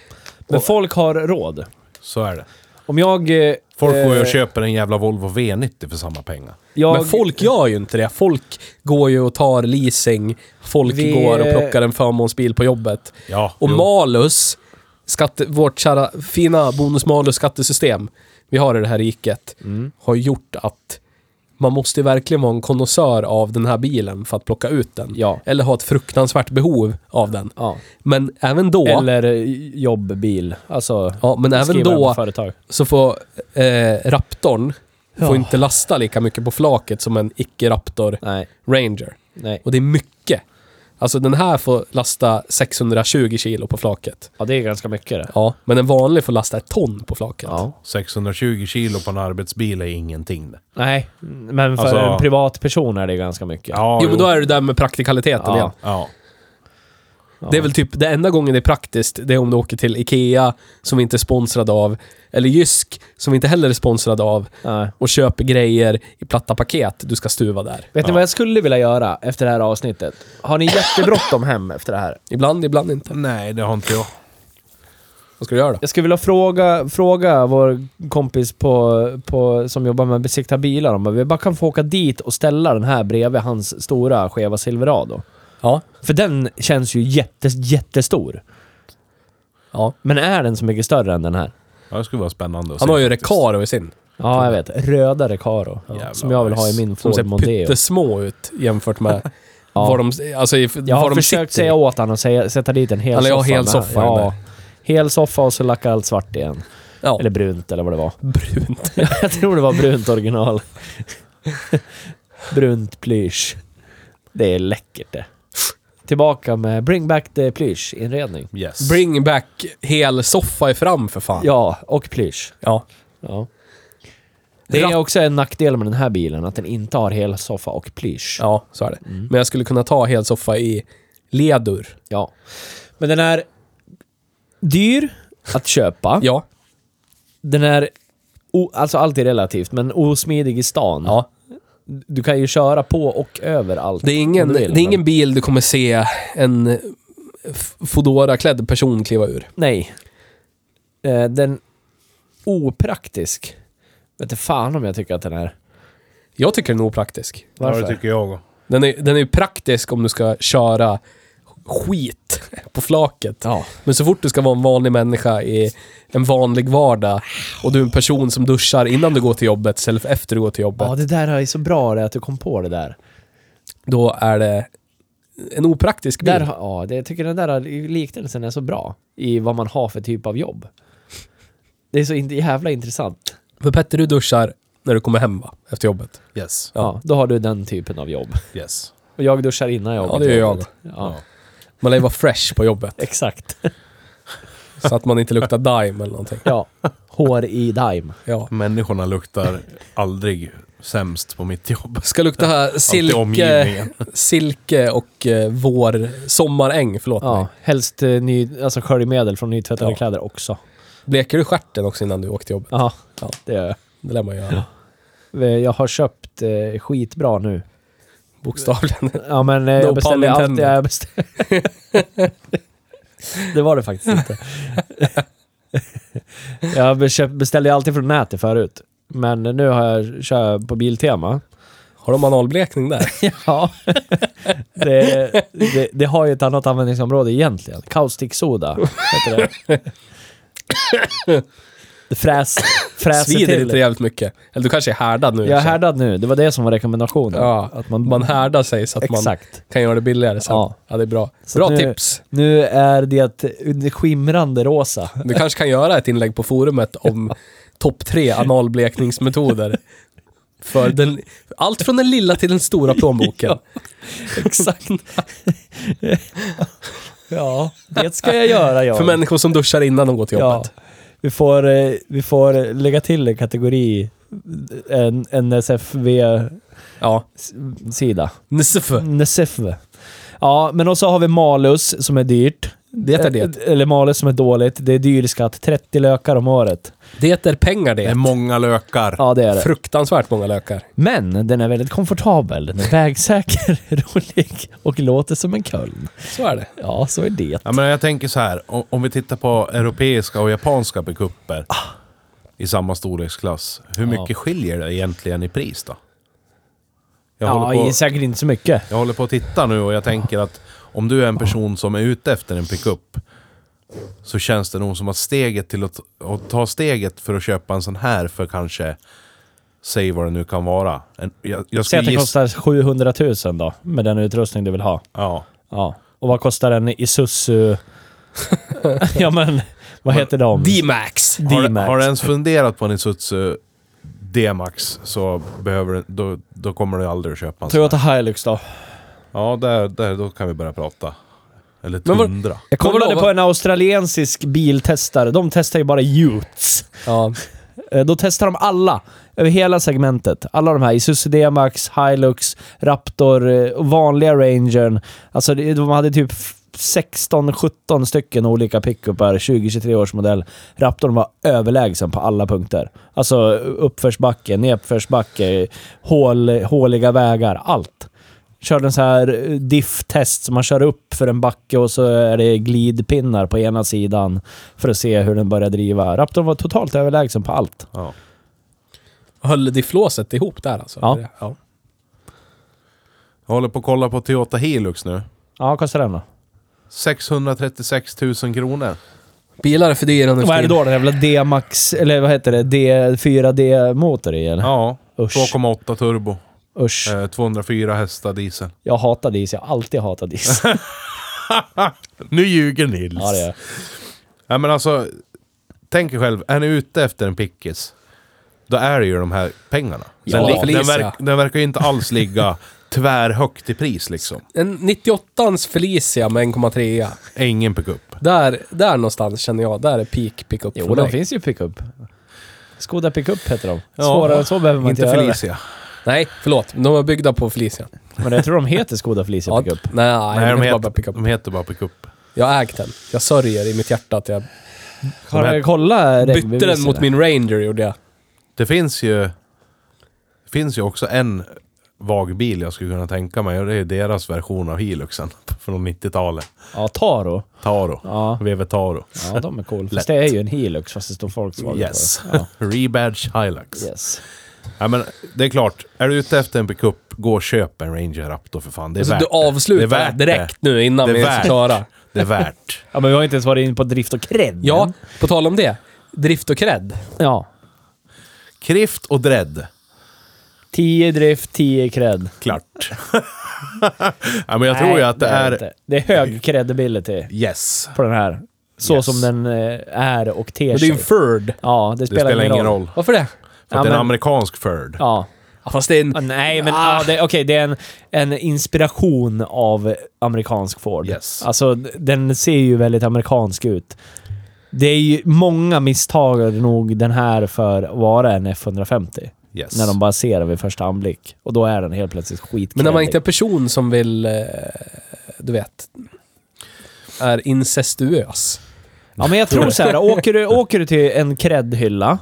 S2: Men folk har råd.
S1: Så är det.
S2: Om jag... eh,
S1: Folk går ju
S2: eh,
S1: och köper en jävla Volvo V90 för samma pengar.
S2: jag,
S3: Men folk gör ju inte det. Folk går ju och tar leasing, folk
S2: Vi-
S3: går och plockar en förmånsbil på jobbet.
S1: Ja.
S3: Och
S1: jo.
S3: malus, skatte, vårt kära fina bonus-malus-skattesystem vi har i det här riket,
S1: Mm.
S3: har gjort att man måste verkligen vara en konnässör av den här bilen för att plocka ut den.
S2: Ja.
S3: Eller ha ett fruktansvärt behov av den.
S2: Ja.
S3: Men även då,
S2: Eller eh, jobbbil. Alltså...
S3: ja, men även
S2: skriva på
S3: då
S2: Företag.
S3: så får eh, Raptorn
S2: Ja.
S3: får inte lasta lika mycket på flaket som en icke-Raptor
S2: Nej,
S3: Ranger.
S2: nej.
S3: Och det är mycket. Alltså den här får lasta 620 kilo på flaket.
S2: Ja, det är ganska mycket det.
S3: Ja, men en vanlig får lasta ett ton på flaket.
S2: Ja.
S1: 620 kilo på en arbetsbil är ingenting det.
S2: Nej, men för
S1: Alltså-
S2: en privatperson är det ganska mycket.
S1: Ja,
S3: Jo, men då är det där med praktikaliteten
S2: Ja.
S3: igen.
S1: Ja.
S3: Det är väl typ, det enda gången det är praktiskt, det är om du åker till IKEA, som vi inte är sponsrade av, eller Jysk, som vi inte heller är sponsrade av,
S2: Nej.
S3: och köper grejer i platta paket du ska stuva där.
S2: Vet ni vad jag skulle vilja göra efter det här avsnittet? Har ni jättebråttom <laughs> hem efter det här?
S3: Ibland, ibland inte.
S1: Nej, det har inte jag.
S3: Vad ska du göra då?
S2: Jag skulle vilja fråga, fråga vår kompis på, på, som jobbar med att besikta bilar om vi bara kan få åka dit och ställa den här bredvid hans stora skeva Silverado.
S3: Ja.
S2: För den känns ju jätte, jättestor.
S3: ja.
S2: Men är den så mycket större än den här?
S1: Ja, det skulle vara spännande att
S3: Han
S1: se
S3: har ju
S1: faktiskt.
S3: Recaro i sin.
S2: Ja, jag vet. Röda Recaro.
S1: Jävlar,
S2: som jag vill ha i
S1: nice.
S2: min
S3: Som
S2: Ford
S3: ser
S2: Mondeo.
S3: pyttesmå ut
S2: <laughs>
S3: jämfört med
S2: Ja.
S3: var de, alltså, i-
S2: Jag
S3: var
S2: har
S3: de
S2: försökt
S3: sitter.
S2: säga åt honom att säga, sätta dit en hel
S3: Eller
S2: soffa.
S3: jag har hel
S2: med.
S3: soffa i den
S2: Ja.
S3: där.
S2: Hel soffa och så lacka allt svart igen.
S3: Ja,
S2: Eller brunt eller vad det var.
S3: brunt.
S2: <laughs> Jag tror det var brunt original. brunt plysch. Det är läckert det. tillbaka med Bring Back the Plysch-inredning.
S1: Yes.
S3: Bring back hel soffa i fram för fan.
S2: Ja, och plysch.
S3: Ja.
S2: Ja. Det är också en nackdel med den här bilen, att den inte har hel soffa och plysch.
S3: Ja, så är det.
S2: Mm.
S3: Men jag skulle kunna ta hel soffa i ledur.
S2: Ja. Men den är dyr att köpa.
S3: Ja.
S2: Den är, o, alltså allt är relativt, men osmidig i stan.
S3: ja.
S2: Du kan ju köra på och över allt.
S3: Det är, ingen,
S2: om du
S3: det
S2: vill,
S3: är ingen
S2: men-
S3: bil du kommer se en fodora klädd person kliva ur.
S2: Nej. Eh, Den... Opraktisk. Vet inte fan om jag tycker att den är...
S3: Jag tycker den är opraktisk.
S1: Ja,
S2: Varför?
S1: det tycker jag.
S3: Den är, den är ju praktisk om du ska köra skit på flaket.
S2: Ja.
S3: Men så fort du ska vara en vanlig människa i en vanlig vardag och du är en person som duschar innan du går till jobbet istället för efter du går till jobbet.
S2: Ja, det där är så bra det, att du kom på det där.
S3: Då är det en opraktisk bil.
S2: där har- ja, det, jag tycker den där liknelsen är så bra i vad man har för typ av jobb. Det är så in, jävla intressant.
S3: För Petter, du duschar när du kommer hem va? Efter jobbet.
S1: Yes.
S2: Ja. då har du den typen av jobb.
S1: Yes.
S2: Och jag duschar innan jag
S3: Ja,
S2: går
S3: det
S2: till
S3: gör
S2: jobbet. Ja,
S3: Man lär ju vara fresh på jobbet.
S2: <laughs> exakt.
S3: Så att man inte luktar Daim eller någonting.
S2: Ja, hår i daim.
S3: Ja.
S1: Människorna luktar aldrig sämst på mitt jobb.
S3: Ska lukta silke,
S1: omgivningen.
S3: silke och eh, vår sommaräng. Förlåt mig.
S2: Ja, helst eh, ny, alltså sköljmedel från nytvättade
S3: Ja.
S2: kläder också.
S3: Bleker du stjärten också innan du åker till jobbet?
S2: Ja,
S3: Ja.
S2: det gör jag.
S3: Det lär man göra.
S2: Jag har köpt eh, skitbra nu.
S3: Bokstavligen. <laughs>
S2: Ja men eh,
S3: No
S2: jag beställer
S3: pun
S2: alltid...
S3: intended.
S2: Jag beställer. <laughs> det var det faktiskt inte. <laughs> jag beköp- beställde ju alltid från nätet förut. Men nu har jag, kör jag på Biltema.
S3: <laughs> Har de analblekning där?
S2: Ja. <laughs> det, det, det har ju ett annat användningsområde egentligen. Caustic soda heter det. Det fräs, fräser
S3: Svider inte
S2: till.
S3: jävligt mycket? Eller du kanske är härdad nu? i och
S2: Jag är
S3: för sig.
S2: härdad nu. Det var det som var rekommendationen.
S3: Ja,
S2: Att man,
S3: Man härdar sig så att man
S2: Exakt.
S3: kan göra det billigare sen.
S2: Ja.
S3: Ja, det är bra.
S2: Så
S3: bra
S2: nu-
S3: tips.
S2: Nu är det under skimrande rosa.
S3: Du kanske kan göra ett inlägg
S2: <laughs>
S3: på forumet om topp tre analblekningsmetoder. För den, allt från den lilla till
S2: <laughs>
S3: den stora plånboken.
S2: Exakt. ja, det ska jag göra jag.
S3: <laughs> För människor som duschar innan de går till
S2: ja.
S3: jobbet.
S2: vi, får, eh, vi får lägga till en kategori, en NSFV-sida.
S3: Ja. Nsf.
S2: NSFV. Ja, men och så har vi malus som är dyrt. Eh,
S3: Det är det.
S2: Eller malus som är dåligt. Det är dyr skatt. 30 lökar om året.
S3: Det är pengar det.
S1: Det är många lökar.
S2: Ja, det är det.
S3: Fruktansvärt många lökar.
S2: Men den är väldigt komfortabel. Den är vägsäker, <laughs> rolig och låter som en Köln.
S3: Så är det.
S2: Ja, så är det.
S1: Ja, men jag tänker så här, o- om vi tittar på europeiska och japanska pickuper
S2: Ah.
S1: i samma storleksklass. Hur mycket skiljer det egentligen i pris då? Jag,
S2: Ja,
S1: håller på,
S2: säkert inte så mycket.
S1: jag håller på att titta nu och jag tänker att om du är en person som är ute efter en pickup så känns det nog som att steget till att, att ta steget för att köpa en sån här för kanske, säg vad det nu kan vara. En, jag, jag skulle
S2: Säg att den
S1: gissa-
S2: kostar 700 000 då, med den utrustning du vill ha.
S1: Ja.
S2: Ja. Och vad kostar en Isuzu... <laughs> ja men, vad heter de?
S3: D-Max.
S1: Har, du-
S2: D-Max.
S1: har du ens funderat på en Isuzu D-Max så behöver du, då, då kommer du aldrig att köpa en sån
S2: Toyota Hilux då.
S1: här. Ja, där, där, då kan vi börja prata. Eller
S3: Men vad-
S1: Tundra.
S2: Jag
S3: Men vadå,
S2: kollade på
S3: vad-
S2: en australiensisk biltestare. De testar ju bara Utes.
S3: Ja.
S2: Eh, Då testar de alla. Över hela segmentet. Alla de här. Isuzu D-Max, Hilux, Raptor, eh, och vanliga Rangern. Alltså det- de hade typ 16-17 stycken olika pickupar, 2023 års modell. Raptorn var överlägsen på alla punkter. Alltså uppförsbacke, nedförsbacke, hål, håliga vägar, allt. Körde en så här eh, diff-test som man kör upp för en backe och så är det glidpinnar på ena sidan för att se hur den börjar driva. Raptorn var totalt överlägsen på allt.
S1: Ja.
S3: Höll difflåset ihop där alltså?
S2: Ja.
S3: ja.
S1: Jag håller på att kolla på Toyota Hilux nu.
S2: Ja, vad kostar den då?
S1: 636 000 kronor.
S3: Bilar är för dyra nu
S2: Vad är det då? Den jävla D-max... Eller vad heter det? D4D-motor i eller?
S1: Ja,
S2: Usch.
S1: 2,8 turbo.
S2: Usch.
S1: Eh, 204 hästar diesel.
S2: Jag hatar diesel. Jag har alltid hatat diesel.
S1: Nu ljuger Nils.
S2: ja, det gör jag.
S1: Ja, men alltså, tänk er själv, är ni ute efter en pickis, då är det ju de här pengarna. Den,
S3: Ja,
S1: li-
S3: Felicia. <laughs>
S1: den, verk, den verkar ju inte alls ligga tvärhögt i pris liksom.
S3: En 98ans Felicia med 1,3.
S1: Ingen pickup.
S3: Där, där någonstans känner jag, där är peak pickup
S2: Jo,
S3: för
S2: de
S3: mig.
S2: finns ju pickup. Skoda pickup heter de.
S1: Ja.
S2: Svårare än så behöver man inte,
S1: Inte
S2: göra
S1: Felicia.
S3: Nej, förlåt. De är byggda på Felicia.
S2: det. Men jag tror de heter Skoda Felicia
S3: Ja,
S2: pickup.
S3: Nej,
S1: Nej, de,
S3: heter
S1: heter,
S3: bara pickup.
S1: de heter bara pickup.
S3: Jag har ägt den. Jag sörjer i mitt hjärta att jag
S2: Har
S1: de
S2: jag kollat
S3: bytte den mot min Ranger, gjorde jag.
S1: Det finns ju... Det finns ju också en vag bil jag skulle kunna tänka mig och det är deras version av Hiluxen <laughs> från 90-talet.
S2: Ja, Taro.
S1: Taro.
S2: Ja.
S1: VW Taro.
S2: Ja, de är cool.
S1: Lätt.
S2: Fast det är ju en Hilux, fast det står Volkswagen på.
S1: Yes.
S2: Ja,
S1: <laughs> Rebadge Hilux.
S2: yes.
S1: Ja, men det är klart, är du ute efter en pickup, gå och köp en Ranger Up då för fan. Det är
S3: Så
S1: värt
S3: du avslutar
S1: det. är värt
S3: direkt nu innan
S1: Det är
S3: vi är
S1: värt.
S3: klara.
S1: Det. det är värt.
S2: ja, men vi har inte ens varit inne på drift och cred.
S3: Ja,
S2: än.
S3: på tal om det. Drift och cred.
S2: ja.
S1: Krift och dread.
S2: 10 drift, 10 cred.
S1: Klart. ja, men jag tror ju att det,
S2: det
S1: är...
S2: inte. Det är hög credibility
S1: Yes.
S2: på den här. Så
S1: Yes.
S2: som den eh, är och ter
S3: Men det är
S2: sig.
S3: ju en Ferd.
S2: Ja, det
S1: Det spelar,
S2: spelar,
S1: ingen roll. För
S3: Varför det?
S2: Ja,
S1: att det är en
S2: men-
S1: amerikansk Ford.
S2: Ja.
S3: Ja, fast det är en...
S2: Ah, nej, men ah. det, okej, det är en, en inspiration av amerikansk Ford.
S1: Yes.
S2: Alltså, d- den ser ju väldigt amerikansk ut. Det är ju många misstag nog den här för att vara en F150.
S1: Yes.
S2: När de bara ser den vid första anblick. Och då är den helt plötsligt skitkreddig.
S3: Men när man inte är en person som vill... eh, Du vet... Är incestuös.
S2: Ja, men jag tror så här. Åker du, åker du till en kreddhylla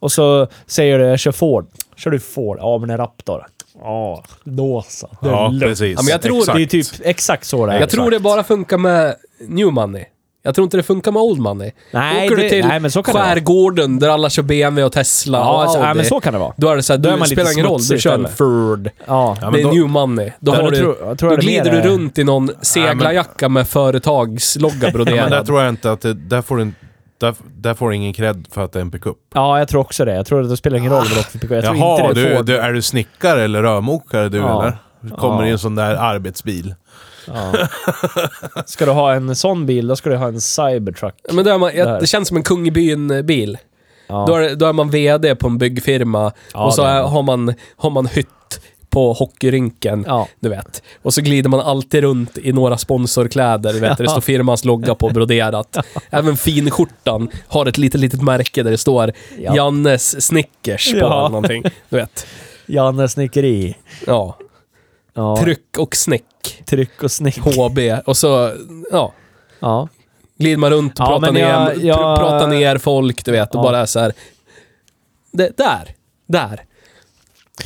S2: och så säger du jag kör Ford. Kör du Ford? Ja, men en Raptor. Ja, då så. Det är
S1: Ja,
S2: lugnt.
S1: precis.
S3: Ja, men jag tror-
S2: Det är typ exakt så det är.
S3: Jag tror det bara funkar med new money. Jag tror inte det funkar med old money.
S2: Nej,
S3: Åker du
S2: det-
S3: till
S2: nej, men så kan det vara.
S3: skärgården där alla kör BMW och Tesla
S2: Ja,
S3: och
S2: alltså, ja,
S3: Audi,
S2: men så kan det vara.
S3: Då är det såhär,
S2: Då är
S3: du
S2: man lite
S3: spelar ingen roll, du
S2: smutsig
S3: kör en
S2: istället.
S3: Ford.
S2: Ja.
S1: Ja,
S3: det
S1: men
S3: är
S1: då-
S3: new money. Då,
S2: Ja,
S3: har
S2: då
S3: du,
S2: tror- jag tror
S3: då
S2: det mer
S3: glider du
S2: är-
S3: runt i någon seglarjacka
S2: <laughs>
S3: med företagslogga
S1: Ja, men där
S3: broderad.
S1: tror jag inte att det, där får du en, där, där får du ingen cred för att det är en pickup.
S2: Ja, jag tror också det. Jag tror att det spelar ingen roll vad det är för Jag tror
S1: Jaha,
S2: inte det är
S1: du,
S2: Ford.
S1: du, är du snickare eller rörmokare du
S2: Ja.
S1: eller? Kommer
S2: Ja.
S1: i en sån där arbetsbil.
S2: Ska du ha en sån bil, då ska du ha en Cybertruck.
S3: Ja, Men då är man,
S2: Där.
S3: jag, det känns som en kung i byn-bil.
S2: Ja.
S3: Då, är, då är man VD på en byggfirma
S2: Ja,
S3: och så
S2: det är
S3: är,
S2: man.
S3: har, man, har man hytt på hockeyrinken.
S2: Ja.
S3: Du vet. Och så glider man alltid runt i några sponsorkläder. du Vet, där det står firmans logga på broderat.
S2: <laughs>
S3: Även finskjortan har ett litet, litet märke där det står
S2: Ja.
S3: Jannes Snickers på
S2: Ja.
S3: eller någonting. Du vet.
S2: Janne Snickeri.
S3: Ja.
S2: Ja.
S3: Tryck och snick.
S2: Tryck och snick.
S3: HB. Och så, ja.
S2: Ja.
S3: Glider man runt
S2: Ja,
S3: och pratar,
S2: men
S3: ner,
S2: jag-
S3: pr-
S2: jag-
S3: pratar ner folk, du vet. Och
S2: Ja.
S3: bara är så här. Det, där. Där.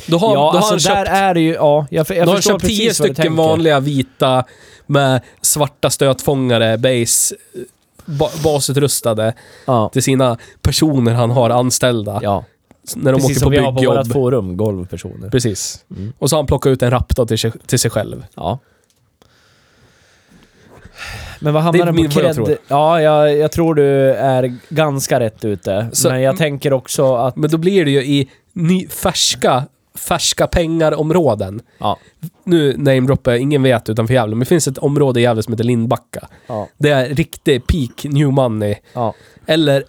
S3: Då har,
S2: ja,
S3: då har
S2: alltså
S3: han köpt
S2: där är det ju... Ja, jag, jag
S3: Jag har
S2: förstår
S3: köpt
S2: precis
S3: tio
S2: vad du
S3: stycken
S2: tänker.
S3: vanliga vita med svarta stötfångare, base, ba, basutrustade
S2: Ja.
S3: till sina personer han har anställda
S2: ja.
S3: när de
S2: Precis
S3: åker på
S2: som vi har på Mm.
S3: byggjobb.
S2: vårt forum, golvpersoner.
S3: Precis. Och så har han plockat ut en Raptor till sig, till sig själv.
S2: Ja. Men vad
S3: Det
S2: hamnar
S3: är
S2: den på?
S3: min- vad jag tror.
S2: Cred? Ja, jag, jag tror du är ganska rätt ute.
S3: Så-
S2: men jag tänker också att...
S3: Men då blir det ju i ny, färska, färska pengar-områden.
S2: Ja.
S3: Nu namedroppar jag, ingen vet utanför Gävle, men det finns ett område i Gävle som heter Lindbacka.
S2: Ja.
S3: Det är riktig peak new money.
S2: ja.
S3: Eller <coughs>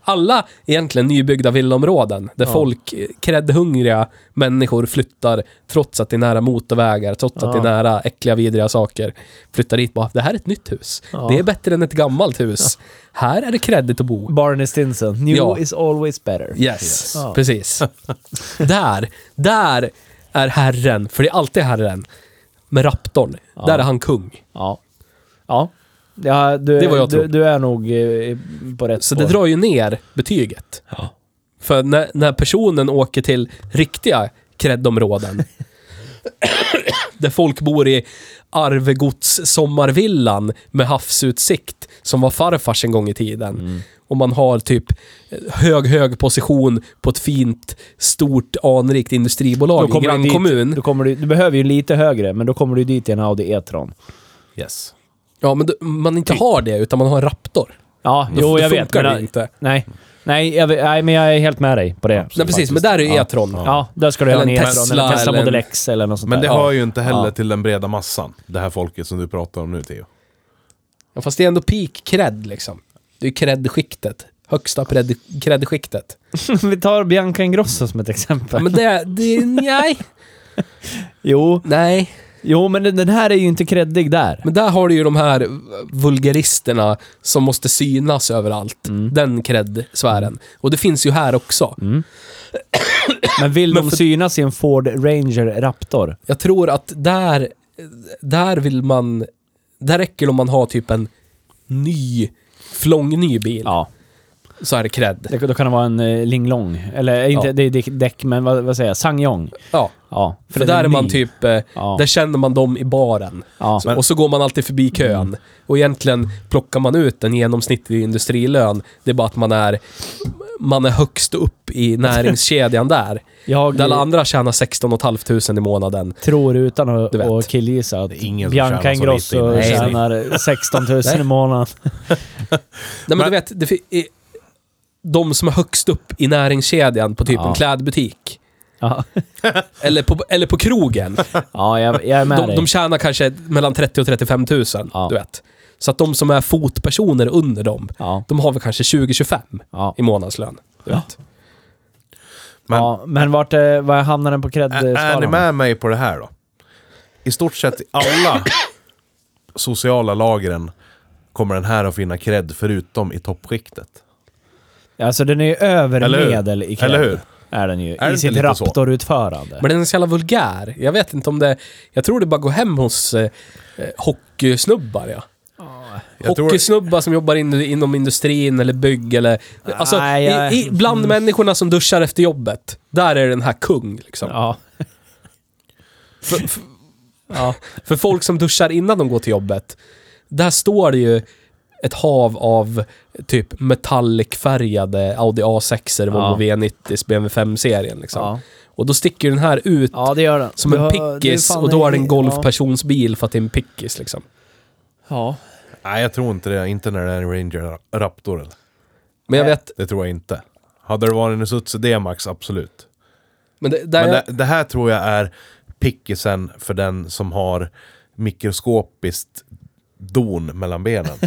S3: alla egentligen nybyggda villaområden där
S2: Ja.
S3: folk, eh, kräddhungriga människor flyttar trots att det är nära motorvägar, trots att det är
S2: Ja.
S3: nära äckliga, vidriga saker. Flyttar dit bara, det här är ett nytt hus.
S2: Ja.
S3: Det är bättre än ett gammalt hus. Här är det kreddigt att bo.
S2: Barney Stinson. New
S3: Ja.
S2: is always better.
S3: Yes,
S2: Ja. <laughs>
S3: precis. där, där är herren, för det är alltid herren, med raptorn. Där är han kung.
S2: Ja. Ja. ja du,
S3: Det är vad jag
S2: du,
S3: tror.
S2: du är nog eh, på rätt
S3: Så det
S2: spår.
S3: drar ju ner betyget.
S2: Ja.
S3: För när, när personen åker till riktiga
S2: <coughs>
S3: kreddområden där folk bor i Arvegods sommarvillan med havsutsikt som var farfars en gång i tiden.
S2: Mm.
S3: Och man har typ hög, hög position på ett fint, stort, anrikt industribolag i
S2: du dit,
S3: grannkommun.
S2: Då kommer du, du behöver ju lite högre, men då kommer du dit i en Audi E-tron.
S1: Yes.
S3: Ja, men då, man inte har det, utan man har en raptor.
S2: Ja,
S3: Då-
S2: jo,
S3: då
S2: jag vet.
S3: funkar
S2: Men,
S3: det
S2: jag-
S3: inte.
S2: Nej. Nej, jag, vet- nej, men jag är helt med dig på det.
S3: Nej, precis. Men
S2: Faktiskt.
S3: där är ju
S2: ja.
S3: E-tron.
S2: Ja, där ska du ha en
S3: Eller en
S2: E-tron, eller en
S3: Tesla,
S2: Tesla
S3: eller en-
S2: Model X eller något sånt
S1: Men det
S2: där.
S1: hör ju inte heller
S2: Ja.
S1: till den breda massan, det här folket som du pratar om nu Theo.
S3: Ja, fast det är ändå peak cred liksom. Det är ju cred-skiktet. Högsta cred- cred-skiktet.
S2: <laughs> Vi tar Bianca Ingrosso som ett exempel.
S3: Ja, men det, det, nej.
S2: Jo,
S3: Nej.
S2: jo men den den här är ju inte kreddig där.
S3: Men där har du ju de här vulgaristerna som måste synas överallt.
S2: Mm.
S3: Den cred-sfären. Och det finns ju här också.
S2: Men vill
S3: <laughs> Men
S2: de
S3: för-
S2: synas i en Ford Ranger Raptor?
S3: Jag tror att där, där vill man... Där räcker det om man har typ en ny, flångny bil.
S2: Ja.
S3: Så är det cred.
S2: Det, då kan det vara en eh, linglong. Eller eh, inte,
S3: Ja.
S2: det är däck- däck, men vad, vad säger jag? Sangyong.
S3: Ja.
S2: Ja.
S3: För,
S2: den
S3: där är man
S2: ny.
S3: typ... eh,
S2: Ja.
S3: Där känner man dem i baren.
S2: Ja.
S3: Så, Alltså, och så går man alltid förbi kön.
S2: Mm.
S3: Och egentligen plockar man ut en genomsnittlig industrilön. Det är bara att man är, man är högst upp i
S2: <laughs>
S3: näringskedjan där.
S2: Jag
S3: Där alla andra tjänar 16 500 i månaden.
S2: tror utan att
S3: Du vet.
S2: att killgissa att
S1: Det är ingen som
S2: Bianca
S1: tjänar så lite i
S2: Ingrosso
S1: den här
S2: tjänar 16 000 i månaden. <laughs>
S3: Nej men,
S1: Men-
S3: du vet, det, fi- i- de som är högst upp i näringskedjan på typ
S2: Ja.
S3: en klädbutik.
S2: Ja,
S3: Eller på, eller
S2: <laughs>
S3: på krogen.
S2: ja jag, jag är med
S3: De,
S2: dig.
S3: de tjänar kanske mellan 30 och 35 000.
S2: Ja.
S3: Du vet. Så att de som är fotpersoner under dem,
S2: Ja.
S3: de har väl kanske 20-25
S2: Ja.
S3: i månadslön. Du vet.
S1: Men-
S2: ja, men vart eh, var hamnar den på
S1: Ä- Är ni
S2: cred-skalan?
S1: med mig på det här då? I stort sett i
S2: <coughs>
S1: alla sociala lagren kommer den här att finna cred förutom i toppskiktet.
S2: Alltså den är ju över
S1: Eller hur?
S2: medel i cred.
S1: Eller hur?
S2: Är den ju.
S1: det
S2: I
S1: inte
S2: sitt
S1: lite så?
S2: Raptor-utförande.
S3: Men den är så jävla vulgär. Jag vet inte om det... Jag tror det bara går hem hos eh, eh, hockeysnubbar, ja.
S1: Jag tror-
S3: Hockeysnubbar som jobbar in, inom industrin eller bygg eller... Alltså,
S2: Nej, jag-
S3: i, i, bland människorna som duschar efter jobbet. Där är den här kung, liksom.
S2: Ja.
S3: För, för, ja. för folk som duschar innan de går till jobbet, där står det ju ett hav av typ metallicfärgade Audi A6, er Volvo V90, BMW 5-serien. Liksom.
S2: Ja.
S3: Och då sticker ju den här ut
S2: ja, det gör den.
S3: som
S2: Du
S3: en
S2: har- det
S3: pickis
S2: fan
S3: och då är det
S2: en-
S3: en golfpersonsbil för att det är en pickis liksom.
S2: Ja.
S1: Nej, jag tror inte det. Inte när det är en Ranger Raptor. eller?
S3: Men jag
S2: Nej.
S3: vet,
S1: Det tror jag inte. Hade det varit en Isuzu D-Max, absolut.
S3: men det, där
S1: Men
S3: jag,
S1: det, det här tror jag är pickisen för den som har mikroskopiskt don mellan
S3: <laughs>
S1: benen.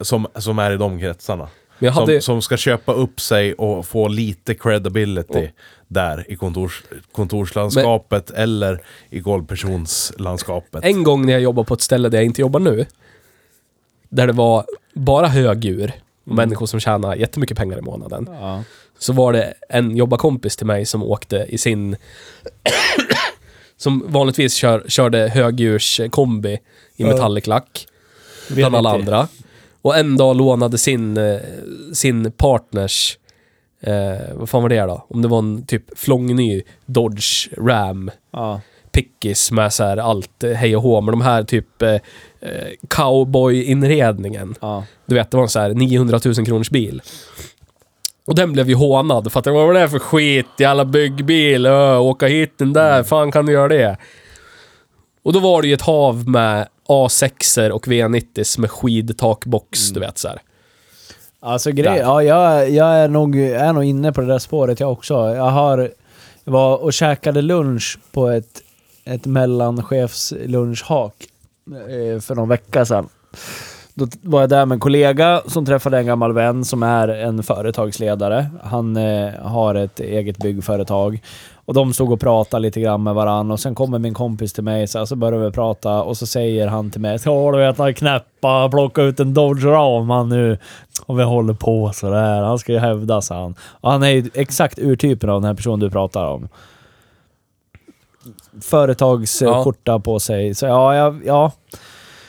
S1: som, som är i de kretsarna.
S3: Men jag
S1: som,
S3: hade-
S1: som ska köpa upp sig och få lite credibility där i kontors, kontorslandskapet eller i golvpersonslandskapet.
S3: en gång när jag jobbade på ett ställe där jag inte jobbar nu, där det var bara högdjur och människor som tjänar jättemycket pengar i månaden.
S2: Ja.
S3: Så var det en jobbarkompis till mig som åkte i sin... <coughs> som vanligtvis kör, körde högdjurskombi i metalliclack. Bland alla
S2: inte.
S3: andra. Och en dag lånade sin, eh, sin partners, eh, vad fan var det då? Om det var en typ flångny Dodge Ram
S2: Ja.
S3: pickis med så här allt eh, hej och hå, men de här typ eh, eh, cowboy-inredningen.
S2: Ja.
S3: Du vet, det var en så här 900 000 kronors bil. Och den blev ju hånad för att det var det för skit, jävla byggbil, ö, åka hit den
S2: Mm.
S3: där, fan kan du göra det? Och då var det ju ett hav med a 6 och V90 med
S2: Mm.
S3: skidtakbox, du vet så här.
S2: Alltså grej,
S3: Där.
S2: ja, jag, jag är, nog, är nog inne på det där spåret jag också. Jag har, jag var och käkade lunch på ett, ett mellanchefslunchhak eh, för någon vecka sedan. Då t- var jag där med en kollega som träffade en gammal vän som är en företagsledare. Han eh, har ett eget byggföretag. Och de stod och pratade lite grann med varandra och sen kommer min kompis till mig så, här, så börjar vi prata och så säger han till mig Ja du vet han knäppa, plocka ut en Dodge Ram han nu. Och vi håller på sådär. Han ska ju hävda sa han. Och han är ju exakt urtypen av den här personen du pratar om.
S3: Ja.
S2: Företagsskjorta på sig. Så ja, ja, ja.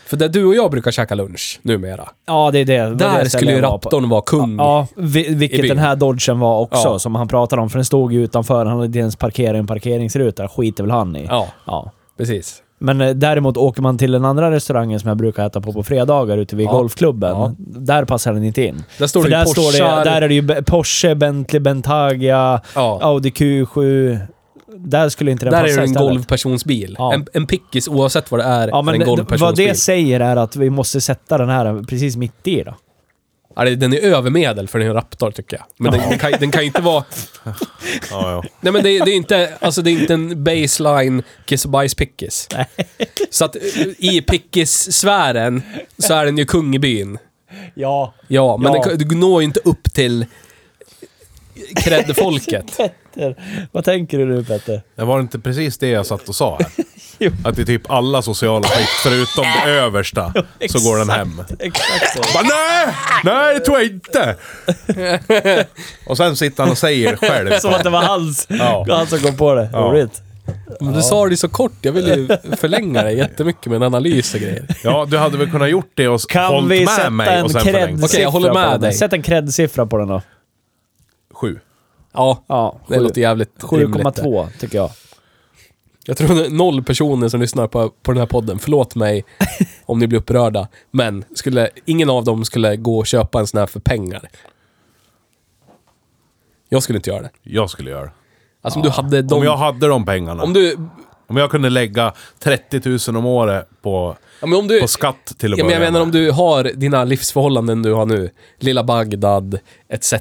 S3: För där du och jag brukar käka lunch numera,
S2: Ja, det är det. det. var det
S3: där
S2: stället
S3: skulle ju
S2: jag var på.
S3: raptorn vara kung.
S2: Ja, vi-
S3: i
S2: vilket
S3: byn.
S2: den här dodgen var också,
S3: Ja.
S2: som han pratade om. För den stod ju utanför, han hade inte ens parkerat en parkeringsruta. Skiter väl han i.
S3: ja
S2: Ja.
S3: precis.
S2: Men eh, däremot åker man till den andra restaurangen som jag brukar äta på på fredagar ute vid
S3: Ja.
S2: golfklubben.
S3: Ja.
S2: Där passar den inte in.
S3: Där står
S2: För
S3: det ju
S2: där, står det,
S3: Porschar.
S2: där är det ju Be- Porsche, Bentley, Bentaglia,
S3: Ja.
S2: Audi Q7. Där skulle inte den
S3: Där
S2: passa
S3: är det en
S2: istället.
S3: golvpersonsbil.
S2: Ja.
S3: En, en pickis, oavsett vad det är,
S2: Ja, men
S3: en
S2: det- vad
S3: golvpersonsbil.
S2: det säger är att vi måste sätta den här precis mitt i då.
S3: Ja, det- den är övermedel för den är en Raptor, tycker jag. Men den, den, kan, den kan ju inte vara...
S1: Ja, ja.
S3: Nej, men det, det, är inte, alltså, det är inte en baseline kiss och bajs pickis. Så att eh, i pickis-sfären så är den ju kung i byn.
S2: Ja.
S3: Ja, men
S2: Ja.
S3: Den, kan- du når ju inte upp till Kreddfolket.
S2: Petter, vad tänker du nu Petter?
S1: Det var inte precis det jag satt och sa
S3: <laughs>
S1: här.
S2: Jo.
S1: Att i typ alla sociala skikt, förutom det översta, så går den hem. <laughs>
S2: Exakt så.
S1: Bara, nej! Nej, det tror jag inte! och sen sitter han och säger själv.
S2: Som att det var hans,
S1: Ja.
S2: han som kom på det.
S1: Ja.
S2: Roligt.
S3: Men du sa det ju så kort, jag ville ju förlänga det jättemycket med en analys och grejer.
S1: Ja, du hade väl kunnat gjort det och
S2: Kan
S1: hållit
S2: vi
S1: med
S2: sätta
S1: mig
S2: en
S1: och sen förlängt.
S2: cred-siffra
S3: Okej, jag håller med
S2: på den?
S3: dig.
S2: Sätt en cred-siffra på den då.
S1: Sju.
S3: Ja,
S2: Ja,
S3: det låter jävligt rimligt. det.
S2: 7,2 tycker jag.
S3: Jag tror det är noll personer som lyssnar på, på den här podden,
S1: <laughs>
S3: förlåt mig om ni blir upprörda, men skulle, ingen av dem skulle gå och köpa en sån här för pengar. Jag skulle inte göra det.
S1: Jag skulle göra.
S3: Alltså om du hade de...
S1: Ah, Om jag hade de pengarna.
S3: om du...
S1: Om jag kunde lägga 30 000 om året på,
S3: Ja, men om du
S1: på skatt till att
S3: ja, men
S1: börja
S3: jag
S1: med.
S3: menar om du har dina livsförhållanden du har nu, lilla Bagdad, etc.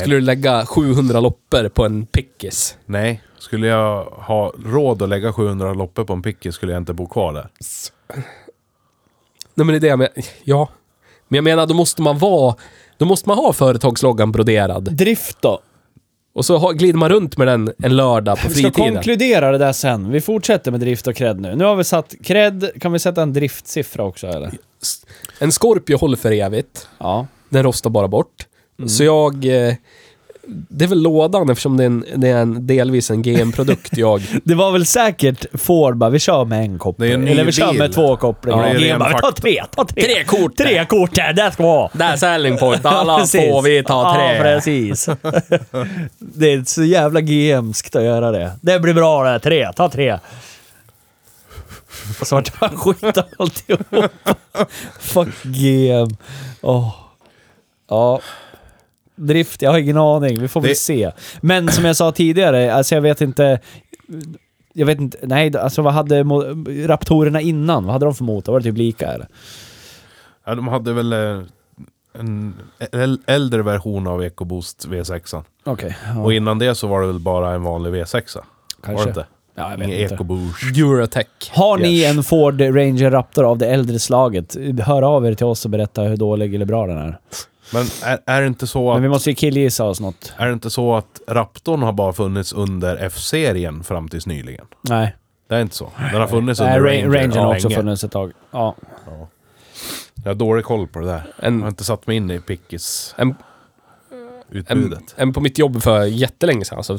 S3: Skulle du lägga 700 loppor på en pickis?
S1: Nej, skulle jag ha råd att lägga 700 loppor på en picky skulle jag inte bo kvar där.
S3: Nej men det är det jag menar. Ja. Men jag menar, då måste man vara... Då måste man ha företagsloggan broderad.
S2: Drift då?
S3: Och så ha, glider man runt med den en lördag
S2: <laughs>
S3: på
S2: Vi ska
S3: fritiden.
S2: konkludera det där sen. Vi fortsätter med drift och cred nu. Nu har vi satt cred. Kan vi sätta en driftsiffra också eller?
S3: En Scorpio håller för evigt.
S2: Ja.
S3: Den rostar bara bort.
S2: Mm.
S3: Så jag... eh, Det är väl lådan eftersom det är, en, det är en, delvis en GM-produkt jag...
S2: <laughs> Det var väl säkert Ford bara, vi kör med en koppling.
S1: Det är en ny
S2: Eller vi kör
S1: bil.
S2: med två kopplingar.
S1: Ja, det är
S2: Och GM
S1: ren
S2: bara, ta
S1: faktor.
S2: tre, ta tre.
S3: Tre kort.
S2: Tre kort här, det ska vara.
S3: Där selling point.
S2: Ja,
S3: Alla
S2: precis.
S3: får vi ta tre.
S2: Ja,
S3: <laughs>
S2: precis. det är så jävla GMskt att göra det. Det blir bra det, här. tre, ta tre. Och så vart det bara skit av alltihopa. Fuck GM. Åh. Ja. Drift, jag har ingen aning. Vi får väl
S1: Det-
S2: se. Men som jag sa tidigare, alltså jag vet inte... Jag vet inte, nej alltså vad hade mo- Raptorerna innan? Vad hade de för motor? Var det typ lika eller?
S1: Ja, de hade väl eh, en äl- äldre version av EcoBoost V6.
S2: Okej,
S1: Och innan det så var det väl bara en vanlig V6. Var
S2: kanske.
S1: det inte?
S2: Ja, jag vet
S1: Ingen
S2: inte.
S1: EcoBoost.
S3: Eurotech.
S2: Har ni
S1: Yes.
S2: en Ford Ranger Raptor av det äldre slaget, hör av er till oss och berätta hur dålig eller bra den är.
S1: Men är, är det inte så
S2: Men vi
S1: att...
S2: måste ju killgissa oss något.
S1: Är det inte så att Raptorn har bara funnits under F-serien fram tills nyligen?
S2: Nej,
S1: Det är inte så. Den har funnits
S2: Nej
S1: Alltså, under
S2: Ranger,
S1: Ranger,
S2: Ranger har också
S1: länge.
S2: funnits ett tag. Ja.
S1: Jag har dålig koll på det där. Jag har
S3: En,
S1: inte satt mig in i Pickis
S3: en, en,
S1: utbudet.
S3: en på mitt jobb för jättelänge sedan, alltså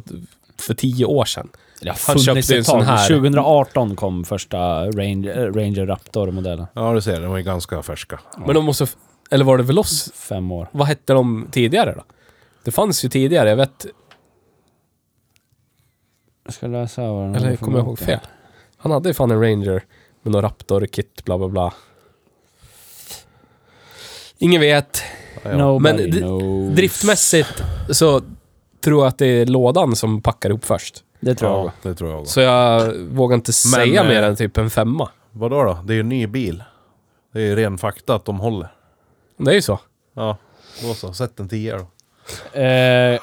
S3: för tio år sedan.
S2: Det har
S3: Han
S2: funnits
S3: köpte ju
S2: ett
S3: en
S2: tag.
S3: sån här.
S2: 2018 kom första Ranger, äh, Ranger Raptor-modellen.
S1: Ja, du ser. De är ganska färska.
S3: Men de måste... Eller var det Veloz?
S2: Fem år.
S3: Vad hette de tidigare då? Det fanns ju tidigare, jag vet...
S2: Jag ska läsa vad den
S3: Eller
S2: har för
S3: kommer jag ihåg
S2: motor.
S3: fel? Han hade ju fan en Ranger med någon Raptor-kit, bla bla bla. Ingen vet.
S1: Ja.
S2: Nobody
S3: Men det-
S2: knows.
S3: Driftmässigt så tror jag att det är lådan som packar ihop först.
S2: Det tror jag.
S1: Ja, det tror jag. Så.
S3: Så jag vågar inte säga
S1: eh,
S3: mer än typ en femma.
S1: Vadå då? Det är ju en ny bil. Det är ju ren fakta att de håller.
S3: Det är ju så.
S1: Ja, då så. Sätt en 10 då.
S2: Eh,
S3: <laughs>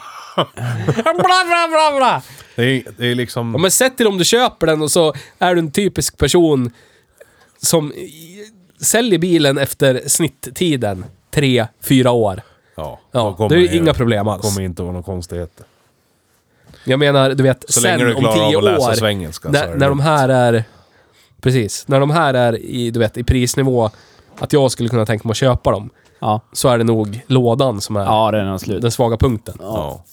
S3: bla, bla, bla, bla.
S1: Det är, det är
S3: Ja,
S1: liksom...
S3: men sätt dig om du köper den och så är du en typisk person som i- säljer bilen efter snitttiden. Tre, fyra år.
S1: Ja, då
S3: Ja,
S1: kommer
S3: det är
S1: ju-
S3: ju inga problem alls.
S1: kommer inte vara några konstigheter.
S3: Jag menar, du vet,
S1: Så
S3: sen
S1: länge du
S3: om
S1: klarar
S3: tio
S1: av att läsa
S3: år.
S1: svengelska så är
S3: När,
S1: det
S3: när de
S1: lugnt.
S3: här är... Precis. När de här är i, du vet, i prisnivå att jag skulle kunna tänka mig att köpa dem.
S2: ja.
S3: Så är det nog lådan som är
S2: ja, den är slut.
S3: den svaga punkten.
S1: Ja.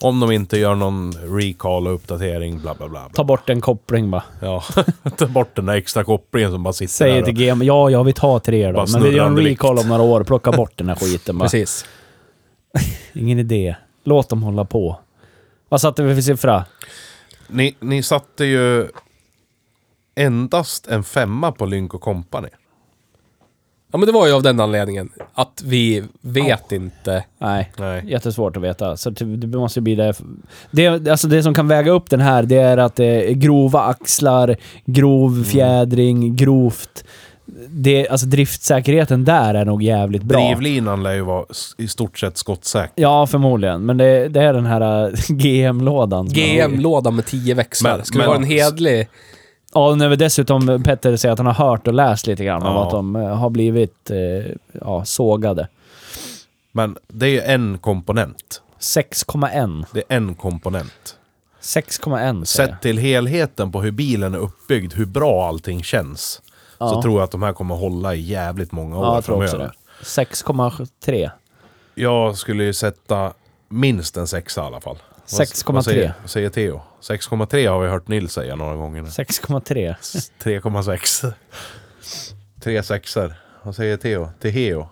S1: Om de inte gör någon recall och uppdatering, bla bla bla. bla.
S2: Ta bort en koppling bara.
S1: Ja, <laughs> ta bort den där extra kopplingen som bara sitter
S2: Säger
S1: där.
S2: till GM, ja, ja, vi tar tre då.
S1: Bara
S2: Men vi gör en
S1: snurrande
S2: recall om några år, plocka bort den här skiten
S3: <laughs>
S2: bara.
S3: Precis.
S2: Ingen idé. Låt dem hålla på. Vad satte vi för siffra?
S1: Ni, ni satte ju endast en femma på Lynk Company.
S3: Ja, men det var ju av den anledningen. Att vi vet inte.
S2: Nej.
S1: Nej.
S2: Jättesvårt att veta. Så typ, det måste ju bli det. det. Alltså det som kan väga upp den här, det är att det är grova axlar,
S1: Mm.
S2: grov fjädring, grovt. Det, alltså driftsäkerheten där är nog jävligt bra.
S1: Drivlinan lär ju vara s- i stort sett skottsäker.
S2: Ja, förmodligen. Men det, det är den här äh, <laughs> GM-lådan. som man har-
S3: GM-låda med 10 växlar.
S1: Men-
S3: Skulle
S1: men-
S3: vara en hedlig...
S2: Ja, och när vi dessutom Petter säger att han har hört och läst lite grann om
S1: Ja.
S2: att de eh, har blivit eh, ja, sågade.
S1: Men det är ju en komponent.
S2: 6,1.
S1: Det är en komponent.
S2: 6,1 säger jag.
S1: Sett till helheten på hur bilen är uppbyggd, hur bra allting känns.
S2: Ja.
S1: Så tror jag att de här kommer hålla i jävligt många år
S2: Ja, jag tror också det.
S1: framöver.
S2: 6,3.
S1: Jag skulle ju sätta minst en sexa i alla fall. Vad-
S2: 6,3.
S1: Vad säger, vad säger Theo? 6,3 har vi hört Nils säga några gånger
S2: <laughs>
S1: nu.
S2: 6,3.
S1: 3,6. Tre sexor. Vad säger Theo? Teheo?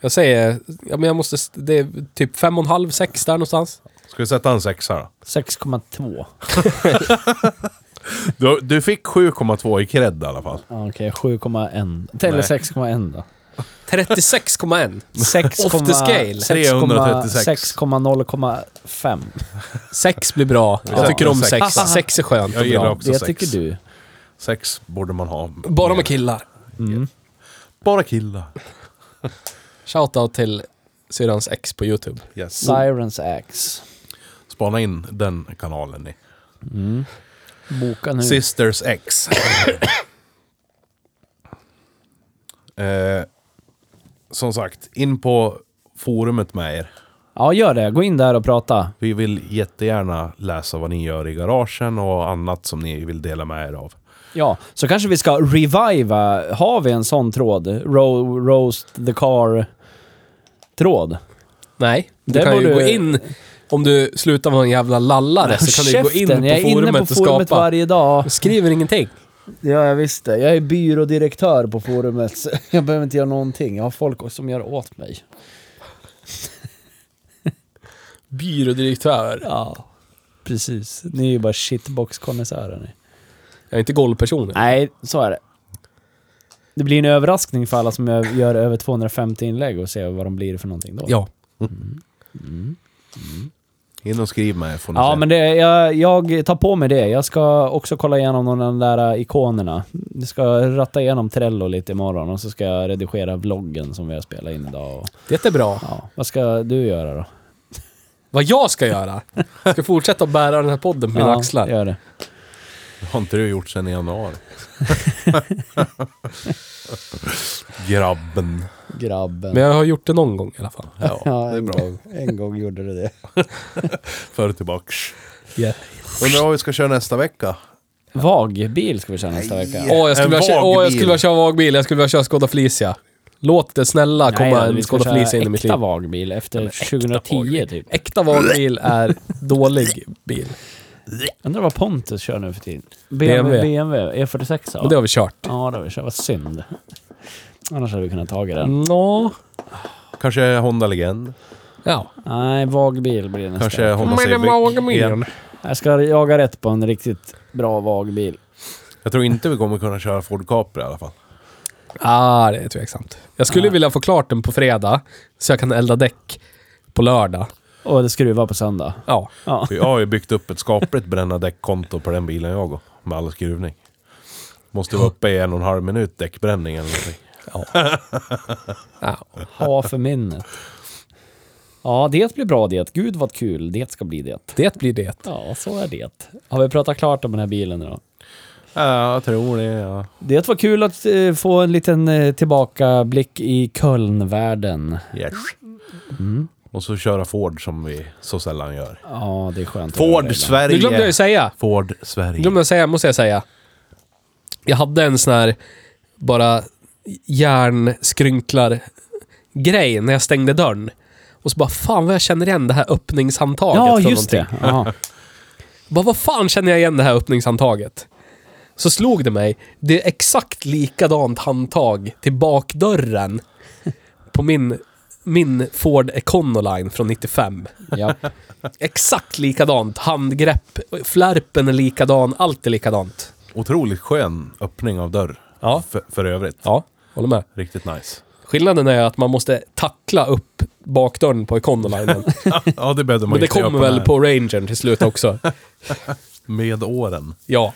S3: Jag säger, ja, men jag måste, s- det är typ fem och en halv, sex där någonstans.
S1: Ska vi sätta en sexa
S2: <laughs>
S1: då?
S2: 6,2.
S1: Du, du fick 7,2 i cred i alla fall.
S2: Ja, Okej, 7,1. Eller
S1: Nej.
S2: 6,1 då.
S3: 36,1.
S2: 6,
S3: <laughs> Off the scale.
S1: 336.
S2: 6,0,5.
S3: Sex blir bra.
S1: Ja.
S3: Jag tycker om
S1: Sex.
S3: sex. Sex Mm. är skönt
S1: Jag
S3: och
S1: gillar
S3: bra.
S1: också
S2: Det
S1: sex.
S2: tycker du.
S1: Sex borde man ha.
S3: Bara med killar.
S1: Bara killar.
S3: Shoutout till syrrans ex på YouTube.
S1: Yes.
S2: Sirens Axe.
S1: Spana in den kanalen ni.
S2: Boka nu.
S1: Sisters
S2: <coughs>
S1: X. eh, som sagt, in på forumet med er.
S2: Ja, gör det. Gå in där och prata.
S1: Vi vill jättegärna läsa vad ni gör i garagen och annat som ni vill dela med er av.
S2: Ja, så kanske vi ska reviva. Har vi en sån tråd? Ro roast the car-tråd?
S3: Nej, du
S2: Det
S3: kan ju
S2: borde-
S3: gå in... Om du slutar vara en jävla lallare så kan du gå in på
S2: Käften, jag är inne på
S3: forumet och skapa.
S2: forumet varje dag.
S3: Skriver ingenting.
S2: Ja, jag visste. Jag är byrådirektör på forumet. så <laughs> Jag behöver inte göra någonting. Jag har folk som gör åt mig.
S3: Byrådirektör.
S2: Ja, precis. Ni är ju bara shitbox-konnässörer ni.
S3: Jag är inte golvperson.
S2: Nej, så är det. Det blir en överraskning för alla som ö- gör över 250 inlägg och ser vad de blir för någonting då.
S3: Ja.
S1: In och skriv med er får ni
S2: Ja,
S3: alltså.
S1: se.
S2: men det, jag, jag tar på mig det. Jag ska också kolla igenom någon av de där äh, ikonerna. Jag ska ratta igenom Trello lite imorgon och så ska jag redigera vloggen som vi har spelat in idag. Och,
S3: Det är bra.
S2: ja. Vad ska du göra då?
S3: Vad jag ska göra? Jag ska fortsätta att bära den här podden på mina
S2: ja,
S3: axlar.
S2: Gör det.
S1: Det har inte du gjort sedan i
S2: <laughs>
S1: januari. <laughs> Grabben.
S2: Grabben.
S3: Men jag har gjort det någon gång i alla fall.
S1: Ja,
S2: Ja,
S1: det är
S2: en
S1: bra.
S2: gång. En gång gjorde du det.
S1: Förr tillbaks. Undrar vad vi ska köra nästa vecka?
S2: Vagbil ska vi köra nästa vecka.
S3: Åh, jag skulle
S1: En
S3: vilja köra,
S1: vag
S3: åh, jag
S1: bil.
S3: skulle vilja köra vagbil. Jag skulle vilja köra Skoda Felicia. Låt det snälla komma
S2: Nej, vi
S3: en
S2: ska
S3: Skoda
S2: köra
S3: Felicia in i mitt liv.
S2: Äkta vagbil efter 2010 typ.
S3: Äkta vagbil är dålig bil.
S2: Undrar vad Pontus kör nu för tiden. BMW,
S3: BMW.
S2: BMW E46 E
S3: Och det
S2: ja.
S3: har vi kört.
S2: Ja, det har vi kört. Vad synd. Annars hade vi kunnat ta den.
S3: Nå.
S1: Kanske Honda Legend?
S3: Ja.
S2: Nej, vagbil blir det nästa.
S1: Kanske Honda
S3: Men det var
S1: Civic?
S3: ingen
S1: Igen.
S2: Jag ska jaga rätt på en riktigt bra vagbil.
S1: Jag tror inte vi kommer kunna köra Ford Capri i alla fall.
S3: Ah, det är tveksamt. Jag skulle vilja få klart den på fredag, så jag kan elda däck på lördag.
S2: Och det skruvar på söndag.
S3: Ja.
S2: Ja.
S1: Jag har ju byggt upp ett skapligt bränna däckkonto på den bilen jag går. Med all skruvning. Måste vara uppe i en och en halv minut däckbränning eller någonting.
S3: ja.
S2: Ha för minnet. Ja, det blir bra det. Gud vad kul. Det ska bli det.
S3: Det blir det.
S2: Ja, så är det. Har vi pratat klart om den här bilen idag?
S1: Ja, jag tror det. Ja.
S2: Det var kul att eh, få en liten eh, tillbakablick i Kölnvärlden.
S1: Yes. Och så köra Ford som vi så sällan gör.
S2: Ja, det är skönt. att göra
S1: Ford
S2: det
S1: Sverige.
S3: Nu glömde jag ju säga.
S1: Ford Sverige.
S3: glömde jag säga, måste jag säga. Jag hade en sån här bara järnskrynklar-grej när jag stängde dörren. Och så bara, fan vad jag känner igen det här öppningshandtaget.
S2: ibland. Ja,
S3: från
S2: just
S3: någonting.
S2: det. Ja.
S3: Bara, vad fan känner jag igen det här öppningshandtaget? Så slog det mig. Det är exakt likadant handtag till bakdörren på min, min Ford Econoline från 95.
S2: <laughs> ja.
S3: Exakt likadant. Handgrepp, flärpen är likadan, allt är likadant.
S1: Otroligt skön öppning av dörr.
S3: Ja.
S1: För, för övrigt.
S3: Ja, håller med.
S1: Riktigt nice. <laughs>
S3: Skillnaden är att man måste tackla upp bakdörren på
S1: <laughs>
S3: Econolinen.
S1: Ja, det behövde man
S3: Men det
S1: inte göra
S3: kommer
S1: den
S3: väl
S1: här.
S3: på Rangern till
S1: <laughs>
S3: slut också.
S1: Med åren.
S3: Ja,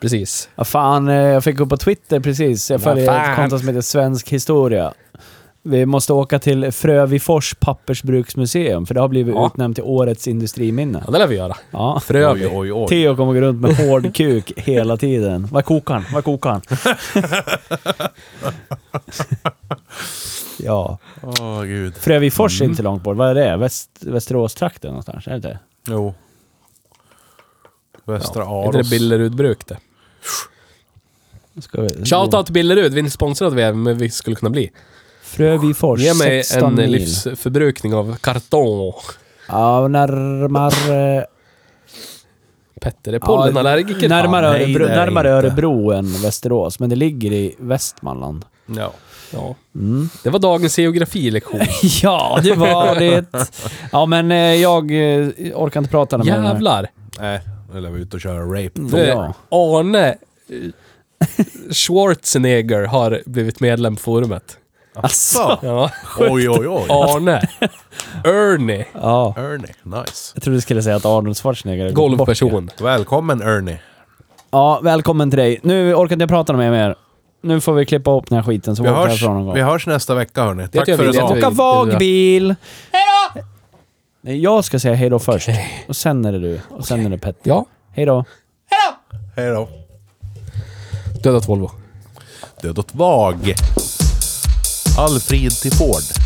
S3: precis.
S2: Vad fan, eh, jag fick upp på Twitter precis. Jag
S3: Vad
S2: följer
S3: fan.
S2: ett konto som heter Svensk Historia. Vi måste åka till Frövifors pappersbruksmuseum, för det har blivit
S3: Ja.
S2: utnämnt till årets industriminne.
S3: Ja, det lär vi göra.
S2: Ja.
S1: Oj,
S3: Frövi.
S1: oj, oj.
S2: Theo kommer gå runt med hård kuk hela tiden. Vad kokar han? Vad kokar han?
S4: Ja.
S1: Åh gud.
S2: Frövifors är inte långt bort. Vad är det? Väst, Västeråstrakten någonstans? Är det inte?
S1: Jo. Västra
S3: Är det
S1: Aros.
S3: Billerud bruk det?
S2: Ska vi...
S3: Shoutout till Billerud, vi är inte sponsrade vi är, men vi skulle kunna bli.
S4: Frövifors,
S3: Ge mig
S2: 16
S3: en
S2: mil.
S3: eh, livsförbrukning av kartong.
S2: Ja, närmare...
S3: Petter är pollenallergiker.
S2: Närmare,
S1: Fan, nej,
S2: Örebro,
S1: det är det
S2: närmare
S1: inte.
S2: Örebro än Västerås, men det ligger i Västmanland.
S1: Ja.
S3: Ja. Det var dagens geografilektion.
S2: Mm. <laughs> ja, det var det. <laughs> Ja, men eh, jag eh, orkar inte prata med
S3: Jävlar!
S1: Nej, nu lär vi ut och köra rape.
S2: Mm,
S3: Du,
S2: Ja.
S3: Arne eh, Schwarzenegger har blivit medlem på forumet. <laughs>
S2: Alltså. <laughs>
S3: Ja.
S1: Oj, oj, oj.
S3: Arne. Ernie.
S2: Ja.
S1: Ernie. Nice.
S2: Jag trodde du skulle säga att Arnold Schwarzenegger har gått bort.
S3: Golfperson.
S1: Välkommen Ernie.
S2: Ja, välkommen till dig. Nu orkar inte jag prata med er mer. Nu får vi klippa upp den här skiten så
S1: Vi
S2: vi åker
S1: hörs,
S2: härifrån någon gång.
S1: vi hörs nästa vecka hörni. Tack
S3: gör vi,
S1: för
S3: det gör
S1: idag.
S3: vi.
S2: Åka vagbil! Nej, jag ska säga hejdå först. Och sen är det du. Och sen är det Petter.
S3: Ja.
S2: Hejdå.
S1: Hej då.
S3: Dödat Volvo.
S1: Död åt vag. Alfred till Ford.